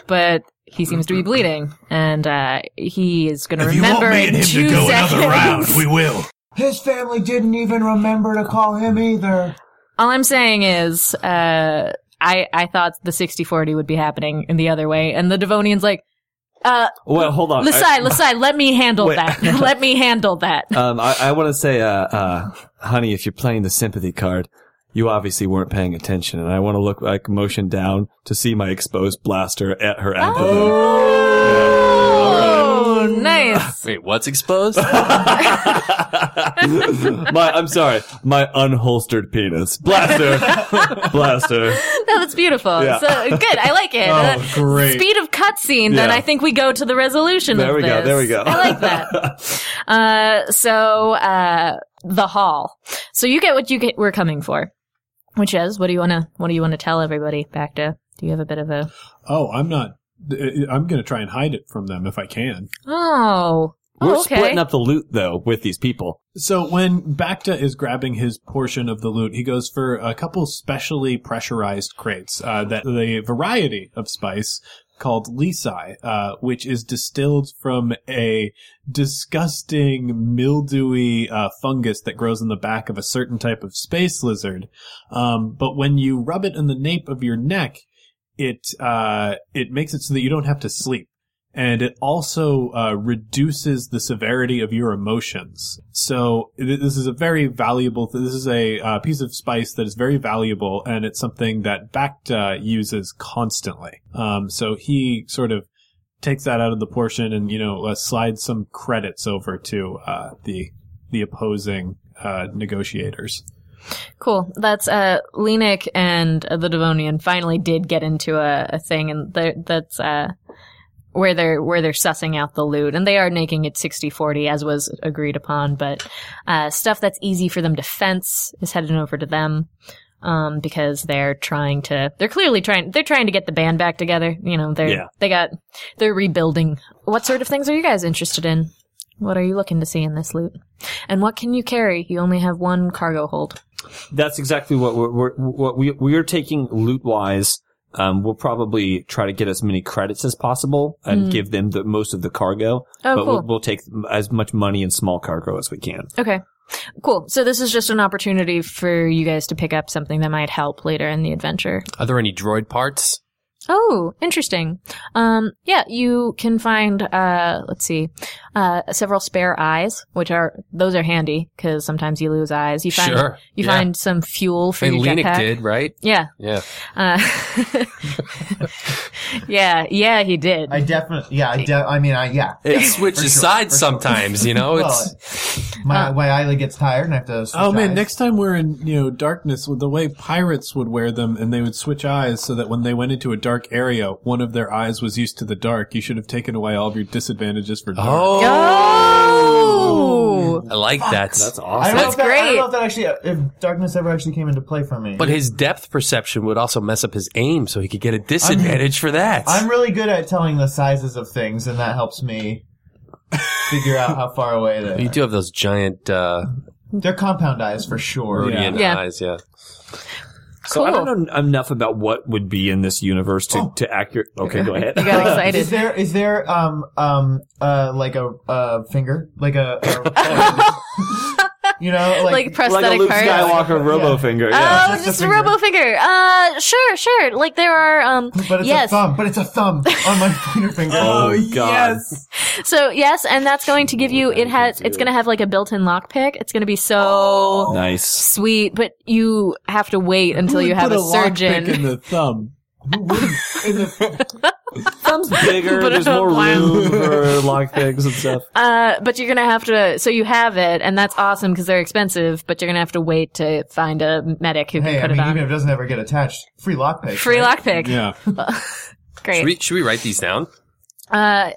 but he seems to be bleeding, and uh, he is going to If you want remember me in and him two to go seconds. another round, we will. His family didn't even remember to call him either. All I'm saying is, uh, I, I thought the 60-40 would be happening in the other way, and the Devonian's like, uh, Well, hold on. Oh, I- Lasai, Lasai, let me handle Wait. that. let me handle that. Um, I, I want to say, uh, uh, honey, if you're playing the sympathy card, you obviously weren't paying attention, and I want to look like motion down to see my exposed blaster at her abdomen. Oh, nice. Wait, what's exposed? my, I'm sorry, my unholstered penis blaster, blaster. No, that's beautiful. Yeah. Oh. So good. I like it. Uh, Oh, great. Speed of cutscene. Then Yeah. I think we go to the resolution. There of we go. this. There we go. I like that. uh, so uh, the hall. So you get what you get. We're coming for, which is what do you want to what do you want to tell everybody? Back to do you have a bit of a Oh, I'm not. uh, I'm going to try and hide it from them if I can. oh. We're oh, okay. splitting up the loot though with these people. So when Bacta is grabbing his portion of the loot, he goes for a couple specially pressurized crates uh, that the variety of spice called lisai, uh, which is distilled from a disgusting mildewy uh, fungus that grows in the back of a certain type of space lizard. Um, but when you rub it in the nape of your neck, it uh, it makes it so that you don't have to sleep. and it also uh, reduces the severity of your emotions. So th- this is a very valuable. this is a uh, piece of spice that is very valuable, and it's something that Bacta uses constantly. Um, so he sort of takes that out of the portion, and you know, uh, slides some credits over to uh, the the opposing uh, negotiators. Cool. That's uh, Lenik and uh, the Devonian finally did get into a, a thing, and they're- that's uh, where they're where they're sussing out the loot, and they are making it 60-40, as was agreed upon. But uh, stuff that's easy for them to fence is heading over to them um, because they're trying to. They're clearly trying. They're trying to get the band back together. You know, they're Yeah. they got they're rebuilding. What sort of things are you guys interested in? What are you looking to see in this loot? And what can you carry? You only have one cargo hold. That's exactly what we're, we're what we we are taking loot wise. Um, we'll probably try to get as many credits as possible and give them the most of the Mm. cargo. Oh, but cool. we'll, we'll take as much money and small cargo as we can. Okay. Cool. So this is just an opportunity for you guys to pick up something that might help later in the adventure. Are there any droid parts? Oh, interesting. Um, yeah, you can find, uh, let's see, uh, several spare eyes, which are, those are handy because sometimes you lose eyes. You find, Sure. you Yeah. find some fuel for And your Lenik jetpack. did, right? Yeah. Yeah. Uh, yeah. Yeah, he did. I definitely, yeah, I, de- I mean, I yeah. It switches sure, sides for sure. sometimes, you know? Well, It's my Uh, my eyelid gets tired and I have to. switch Oh man, eyes. next time we're in, you know, darkness with the way pirates would wear them and they would switch eyes so that when they went into a dark area, one of their eyes was used to the dark. You should have taken away all of your disadvantages for dark. Oh. oh! I like that. That's I awesome. don't know That's if that, I don't great. know if that actually, if darkness ever actually came into play for me. But his depth perception would also mess up his aim, so he could get a disadvantage for that. I'm really good at telling the sizes of things, and that helps me figure out how far away they you are. do have those giant uh, They're compound eyes for sure. Rhodian Yeah. eyes, yeah. So I cool. don't know enough about what would be in this universe to to accurate. Okay, go ahead. You got Is excited. there is there um um uh like a uh finger like a, a you know like, Like like a prosthetic Luke parts. Skywalker robo finger. Yeah. Oh, Just a just a finger. robo finger. Uh, sure, sure. Like there are, um, but it's yes. a thumb but it's a thumb on my pointer finger. oh god. So yes, and that's going to give you. It has. It's going to have like a built-in lockpick. It's going to be so Oh. Nice. sweet, but you have to wait until Who you would have put a, lockpick in surgeon. the thumb. Thumbs bigger. But There's a more plan. room for lock picks and stuff. Uh, but you're going to have to. So you have it, and that's awesome because they're expensive. But you're going to have to wait to find a medic who Hey, can I put mean, it on. even if it doesn't ever get attached, free lockpick. Free lockpick. Yeah. Great. Should we, should we write these down? Uh,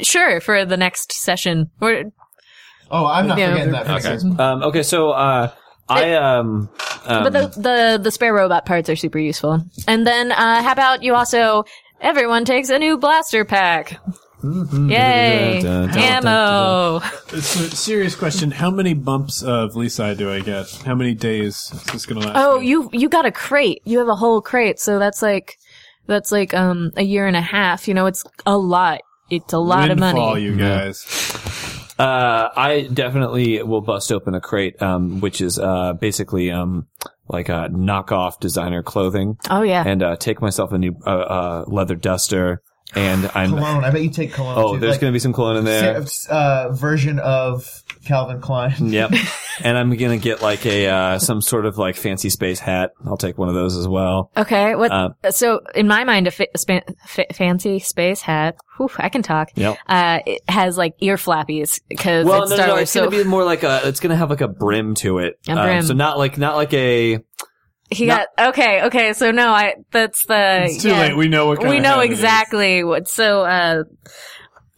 sure for the next session. Or Oh, I'm not Yeah. forgetting that. Okay. Um, okay, so uh, I um, um But the, the the spare robot parts are super useful. And then uh, how about you also? Everyone takes a new blaster pack. Yay! Mm-hmm. Dun, dun, dun, Ammo. It's a serious question. How many bumps of Lisa do I get? How many days is this going to last? Oh, me? you you got a crate. You have a whole crate. So that's like that's like um a year and a half. You know, it's a lot. It's a lot of Windfall, money. you guys. Uh, I definitely will bust open a crate, um, which is uh, basically um, like a knockoff designer clothing, Oh yeah. and uh, take myself a new uh, uh, leather duster, and I'm Cologne. I bet you take cologne. oh, too. there's Like, gonna be some cologne in there. uh, version of Calvin Mm. Klein. Yep, and I'm gonna get like a uh, some sort of like fancy space hat. I'll take one of those as well. Okay. What? Uh, so in my mind, a fa- span- fa- fancy space hat. Whew, I can talk. Yep. Uh, it has like ear flappies because Well, it's no, Star no, no, Wars. it's so gonna be more like a. It's gonna have like a brim to it. Um, A brim. so not like not like a. He got okay, okay. So no, I that's the It's too yeah. late. We know what kind We of know hat it is. exactly what. So uh,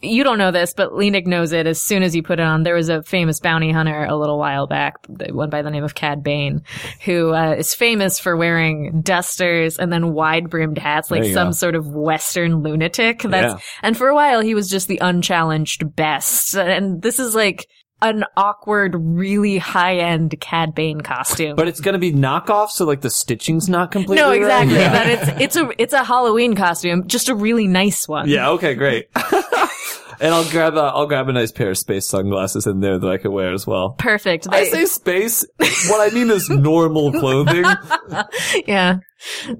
you don't know this, but Lenik knows it. As soon as you put it on, there was a famous bounty hunter a little while back, the one by the name of Cad Bane, who uh, is famous for wearing dusters and then wide brimmed hats, like There you some go. sort of Western lunatic. That's Yeah. and for a while he was just the unchallenged best. And this is like. An awkward, really high-end Cad Bane costume. But it's gonna be knockoff, so like the stitching's not completely. No, right. exactly. But it's it's a it's a Halloween costume, just a really nice one. Yeah. Okay. Great. And I'll grab a I'll grab a nice pair of space sunglasses in there that I can wear as well. Perfect. I They- say space. What I mean is normal clothing. yeah.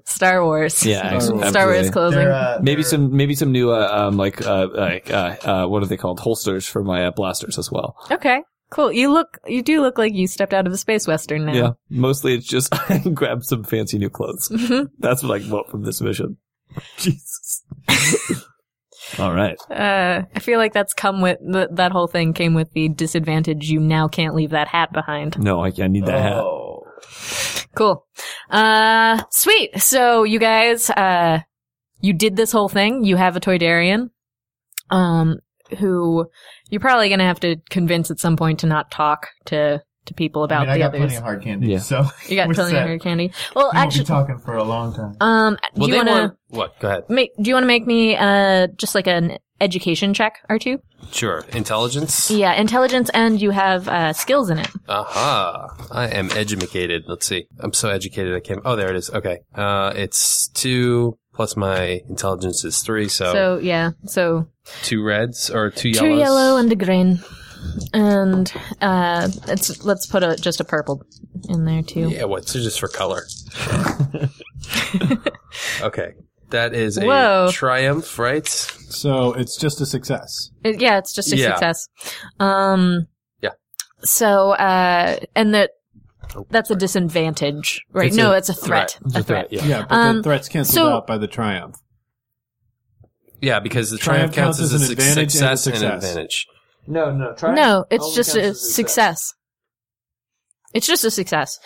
Star Wars. Yeah, Star absolutely. Wars clothing. They're, uh, Maybe they're- some maybe some new uh, um like uh like uh, uh what are they called holsters for my uh, blasters as well. okay. Cool. You look. You do look like you stepped out of a space western now. Yeah, mostly it's just I grab some fancy new clothes. Mhm. That's what I want from this mission. Jesus. All right. Uh, I feel like that's come with th- that whole thing came with the disadvantage. You now can't leave that hat behind. No, I, I need that hat. Oh. Cool. Uh, sweet. So you guys, uh, you did this whole thing. You have a Toydarian, um, who you're probably gonna have to convince at some point to not talk to to people I, about mean, I the got others. plenty of hard candy, Yeah. so you got we're plenty set. of your candy. Well, we won't be actually, talking for a long time. um, do Well, you they wanna? want what? Go ahead. Make, do you want to make me uh just like an education check or two? Sure. Intelligence. Yeah, intelligence, and you have uh, skills in it. Aha. I am educated. Let's see. I'm so educated I can't. Oh, there it is. Okay. Uh, it's two plus my intelligence is three, so, So yeah, so two reds or two two yellows. yellow and a green, and uh, it's let's put a just a purple in there too. yeah, what? So just for color. okay. That is a Whoa. triumph, right? So it's just a success. It- Uh, yeah, it's just a Yeah. success. Um, Yeah. So uh, and that that's a disadvantage, right? It's no, a it's a threat. It's A threat. Yeah. Yeah, but Um, the threat's canceled so- out by the triumph. Yeah, because the triumph, counts as, an a suc- advantage and a success and an success. advantage. No, no, try No, it's just a success. It's just a success.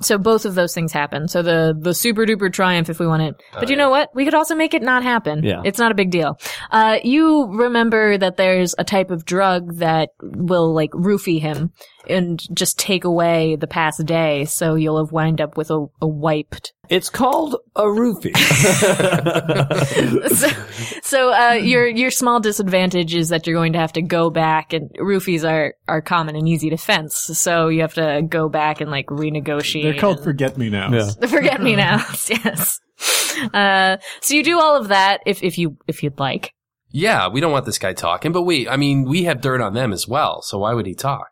So both of those things happen. So the the super duper triumph, if we want it. But you know what? We could also make it not happen. Yeah. It's not a big deal. Uh, you remember that there's a type of drug that will like roofie him and just take away the past day. So you'll have wind up with a, a wiped. It's called a roofie. so so uh, your your small disadvantage is that you're going to have to go back and roofies are are common and easy to fence. So you have to go back and like renegotiate. They're called and- forget me nows. Yeah. forget me nows. yes. Uh, so you do all of that if if you if you'd like. Yeah, we don't want this guy talking, but we, I mean, we have dirt on them as well, so why would he talk?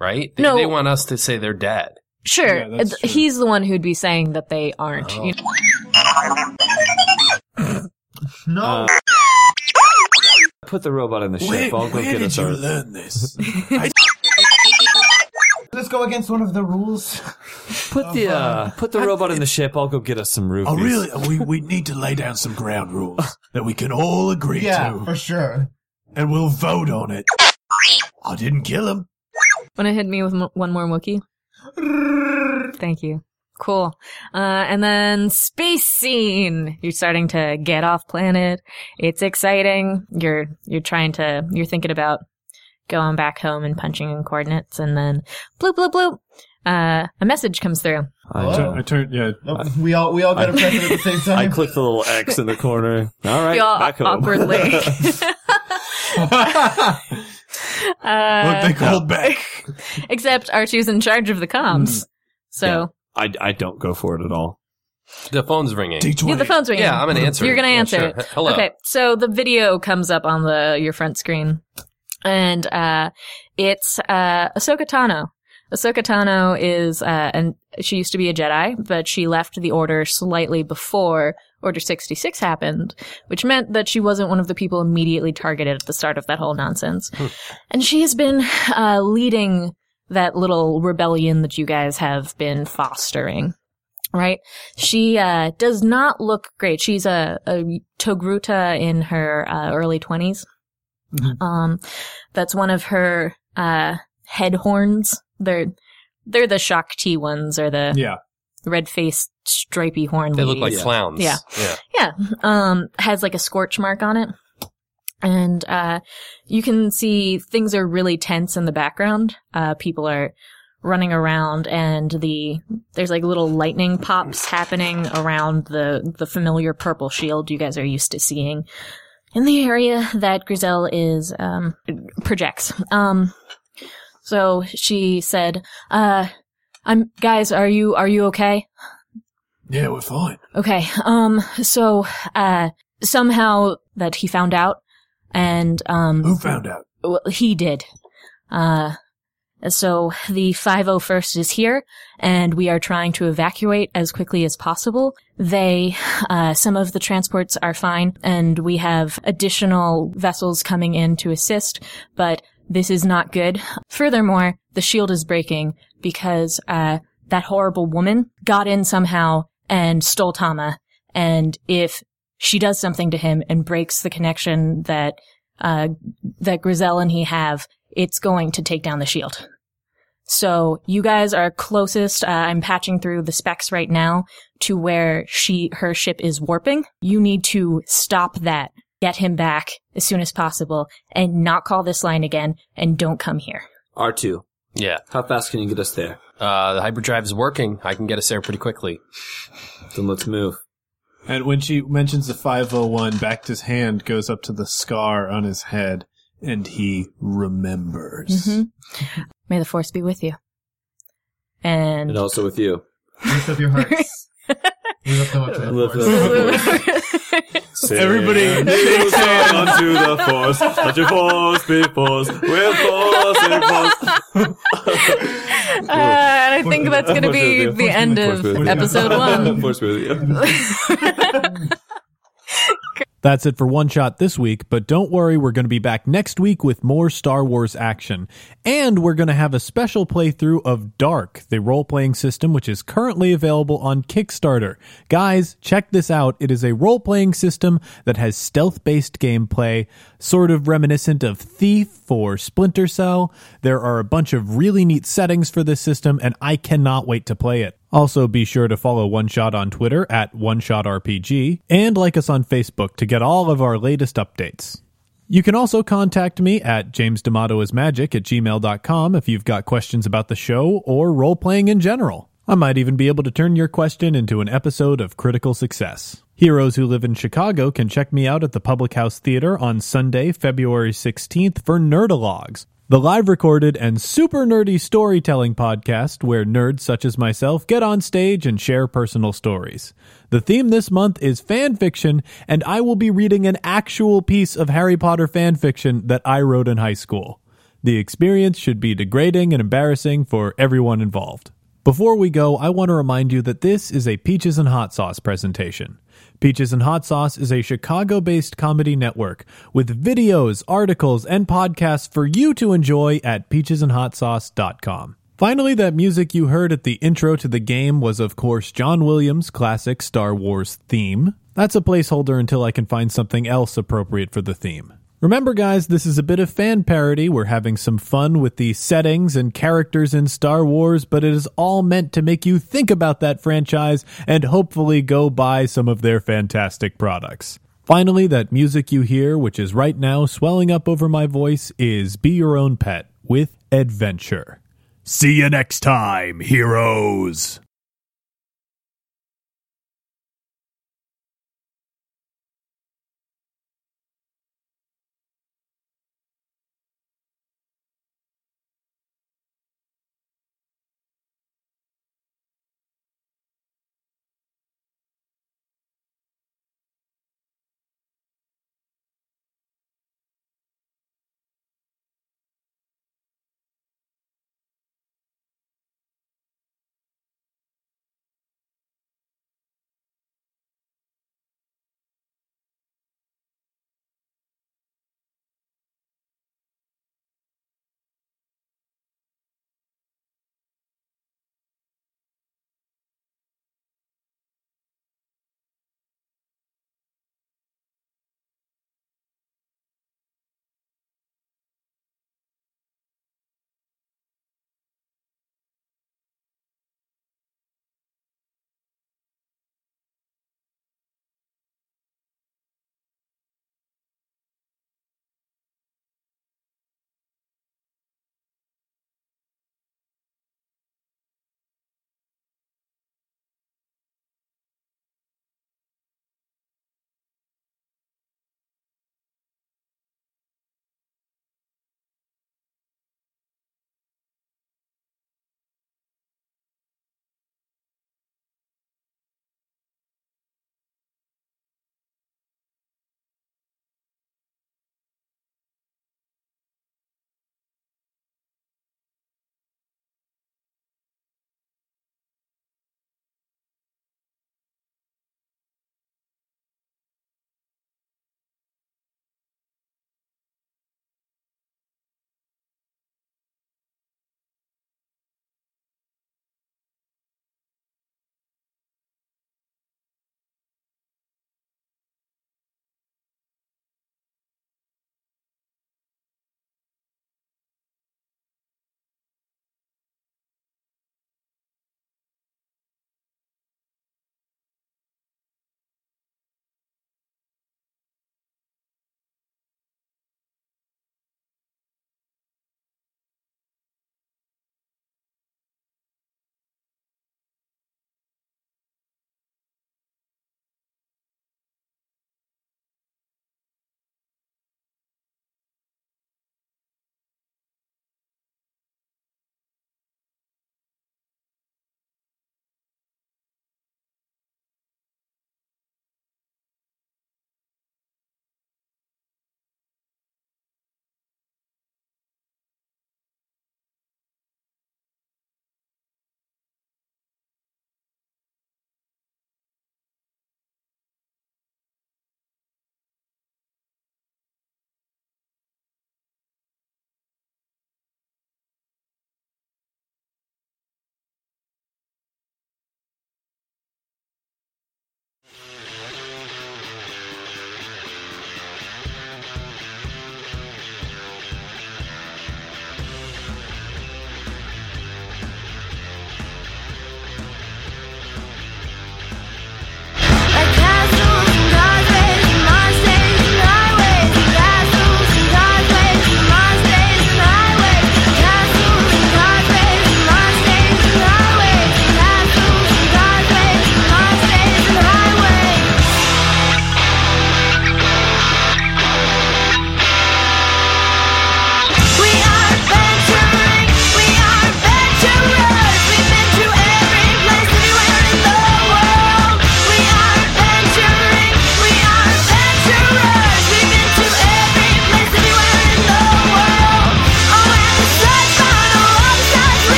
Right? They, No. they want us to say they're dead. Sure, Yeah, that's Oh, Th- true. he's the one who'd be saying that they aren't. you know? No. Uh, Put the robot in the ship. I'll go where get did us you our. learn this? Let's go against one of the rules. Put the uh, put the robot in the ship. I'll go get us some roofies. Oh, really? We, we need to lay down some ground rules that we can all agree yeah, to, for sure. and we'll vote on it. I didn't kill him. Want to hit me with m- one more Wookie? Thank you. Cool. Uh, and then space scene. You're starting to get off planet. It's exciting. You're you're trying to you're thinking about going back home and punching in coordinates, and then bloop bloop bloop. Uh, a message comes through. I, Tur- I turned. Yeah, Nope, we all we all got to press it at the I same time. click the little X in the corner. All right, You all back home. awkwardly. But uh, they called back. except R2's in charge of the Mm. comms, so Yeah. I, I don't go for it at all. The phone's ringing. D20. yeah, the phone's ringing. Yeah, I'm gonna answer. You're it. gonna Yeah, answer sure. it. Hello. Okay, so the video comes up on the your front screen, and uh, it's uh, Ahsoka Tano. Ahsoka Tano is, uh, and she used to be a Jedi, but she left the Order slightly before Order 66 happened, which meant that she wasn't one of the people immediately targeted at the start of that whole nonsense. And she has been uh, leading that little rebellion that you guys have been fostering, right? She uh, does not look great. She's a, a Togruta in her uh, early 20s. Um, that's one of her uh, head horns. They're they're the Shakti ones or the yeah. red faced stripy horn. They look like ladies. clowns. Yeah. Yeah. Yeah. Um, has like a scorch mark on it. And, uh, you can see things are really tense in the background. Uh, people are running around and the, there's like little lightning pops happening around the, the familiar purple shield you guys are used to seeing in the area that Grizel is, um, projects. Um, so she said, uh, I'm, guys, are you, are you okay? Yeah, we're fine. Okay. Um. So, uh, somehow that he found out and um, Who found out? well, he did. Uh, so the 501st is here and we are trying to evacuate as quickly as possible. They, uh, some of the transports are fine and we have additional vessels coming in to assist, but this is not good. Furthermore, the shield is breaking because, uh, that horrible woman got in somehow and stole Tama. And if she does something to him and breaks the connection that, uh, that Grizel and he have, it's going to take down the shield. So you guys are closest. Uh, I'm patching through the specs right now to where she, her ship is warping. You need to stop that, get him back as soon as possible, and not call this line again. And don't come here. R2, Yeah. how fast can you get us there? Uh, the hyperdrive is working. I can get us there pretty quickly. Then let's move. And when she mentions the 501, Bacta's hand goes up to the scar on his head, and he remembers. May the force be with you. And And also with you. Lift up your hearts. we lift them up to the Lift Lord. up your voice. Everybody- Sing unto the force. Let your force be force. We're force and force. Uh, and I think that's going to be Force the end of with you. episode one. Force with you. That's it for One Shot this week, but don't worry, we're going to be back next week with more Star Wars action. And we're going to have a special playthrough of Dark, the role playing system which is currently available on Kickstarter. Guys, check this out. It is a role playing system that has stealth based gameplay, sort of reminiscent of Thief or Splinter Cell. There are a bunch of really neat settings for this system, and I cannot wait to play it. Also, be sure to follow One Shot on Twitter at One Shot RPG and like us on Facebook to get all of our latest updates. You can also contact me at jamesdamatoismagic at gmail.com if you've got questions about the show or role playing in general. I might even be able to turn your question into an episode of Critical Success. Heroes who live in Chicago can check me out at the Public House Theater on Sunday, February 16th for Nerdalogs, the live recorded and super nerdy storytelling podcast where nerds such as myself get on stage and share personal stories. The theme this month is fan fiction, and I will be reading an actual piece of Harry Potter fan fiction that I wrote in high school. The experience should be degrading and embarrassing for everyone involved. Before we go, I want to remind you that this is a Peaches and Hot Sauce presentation. Peaches and Hot Sauce is a Chicago based comedy network with videos, articles, and podcasts for you to enjoy at peachesandhotsauce.com. Finally, that music you heard at the intro to the game was, of course, John Williams' classic Star Wars theme. That's a placeholder until I can find something else appropriate for the theme. Remember, guys, this is a bit of fan parody. We're having some fun with the settings and characters in Star Wars, but it is all meant to make you think about that franchise and hopefully go buy some of their fantastic products. Finally, that music you hear, which is right now swelling up over my voice, is Be Your Own Pet with Adventure. See you next time, heroes!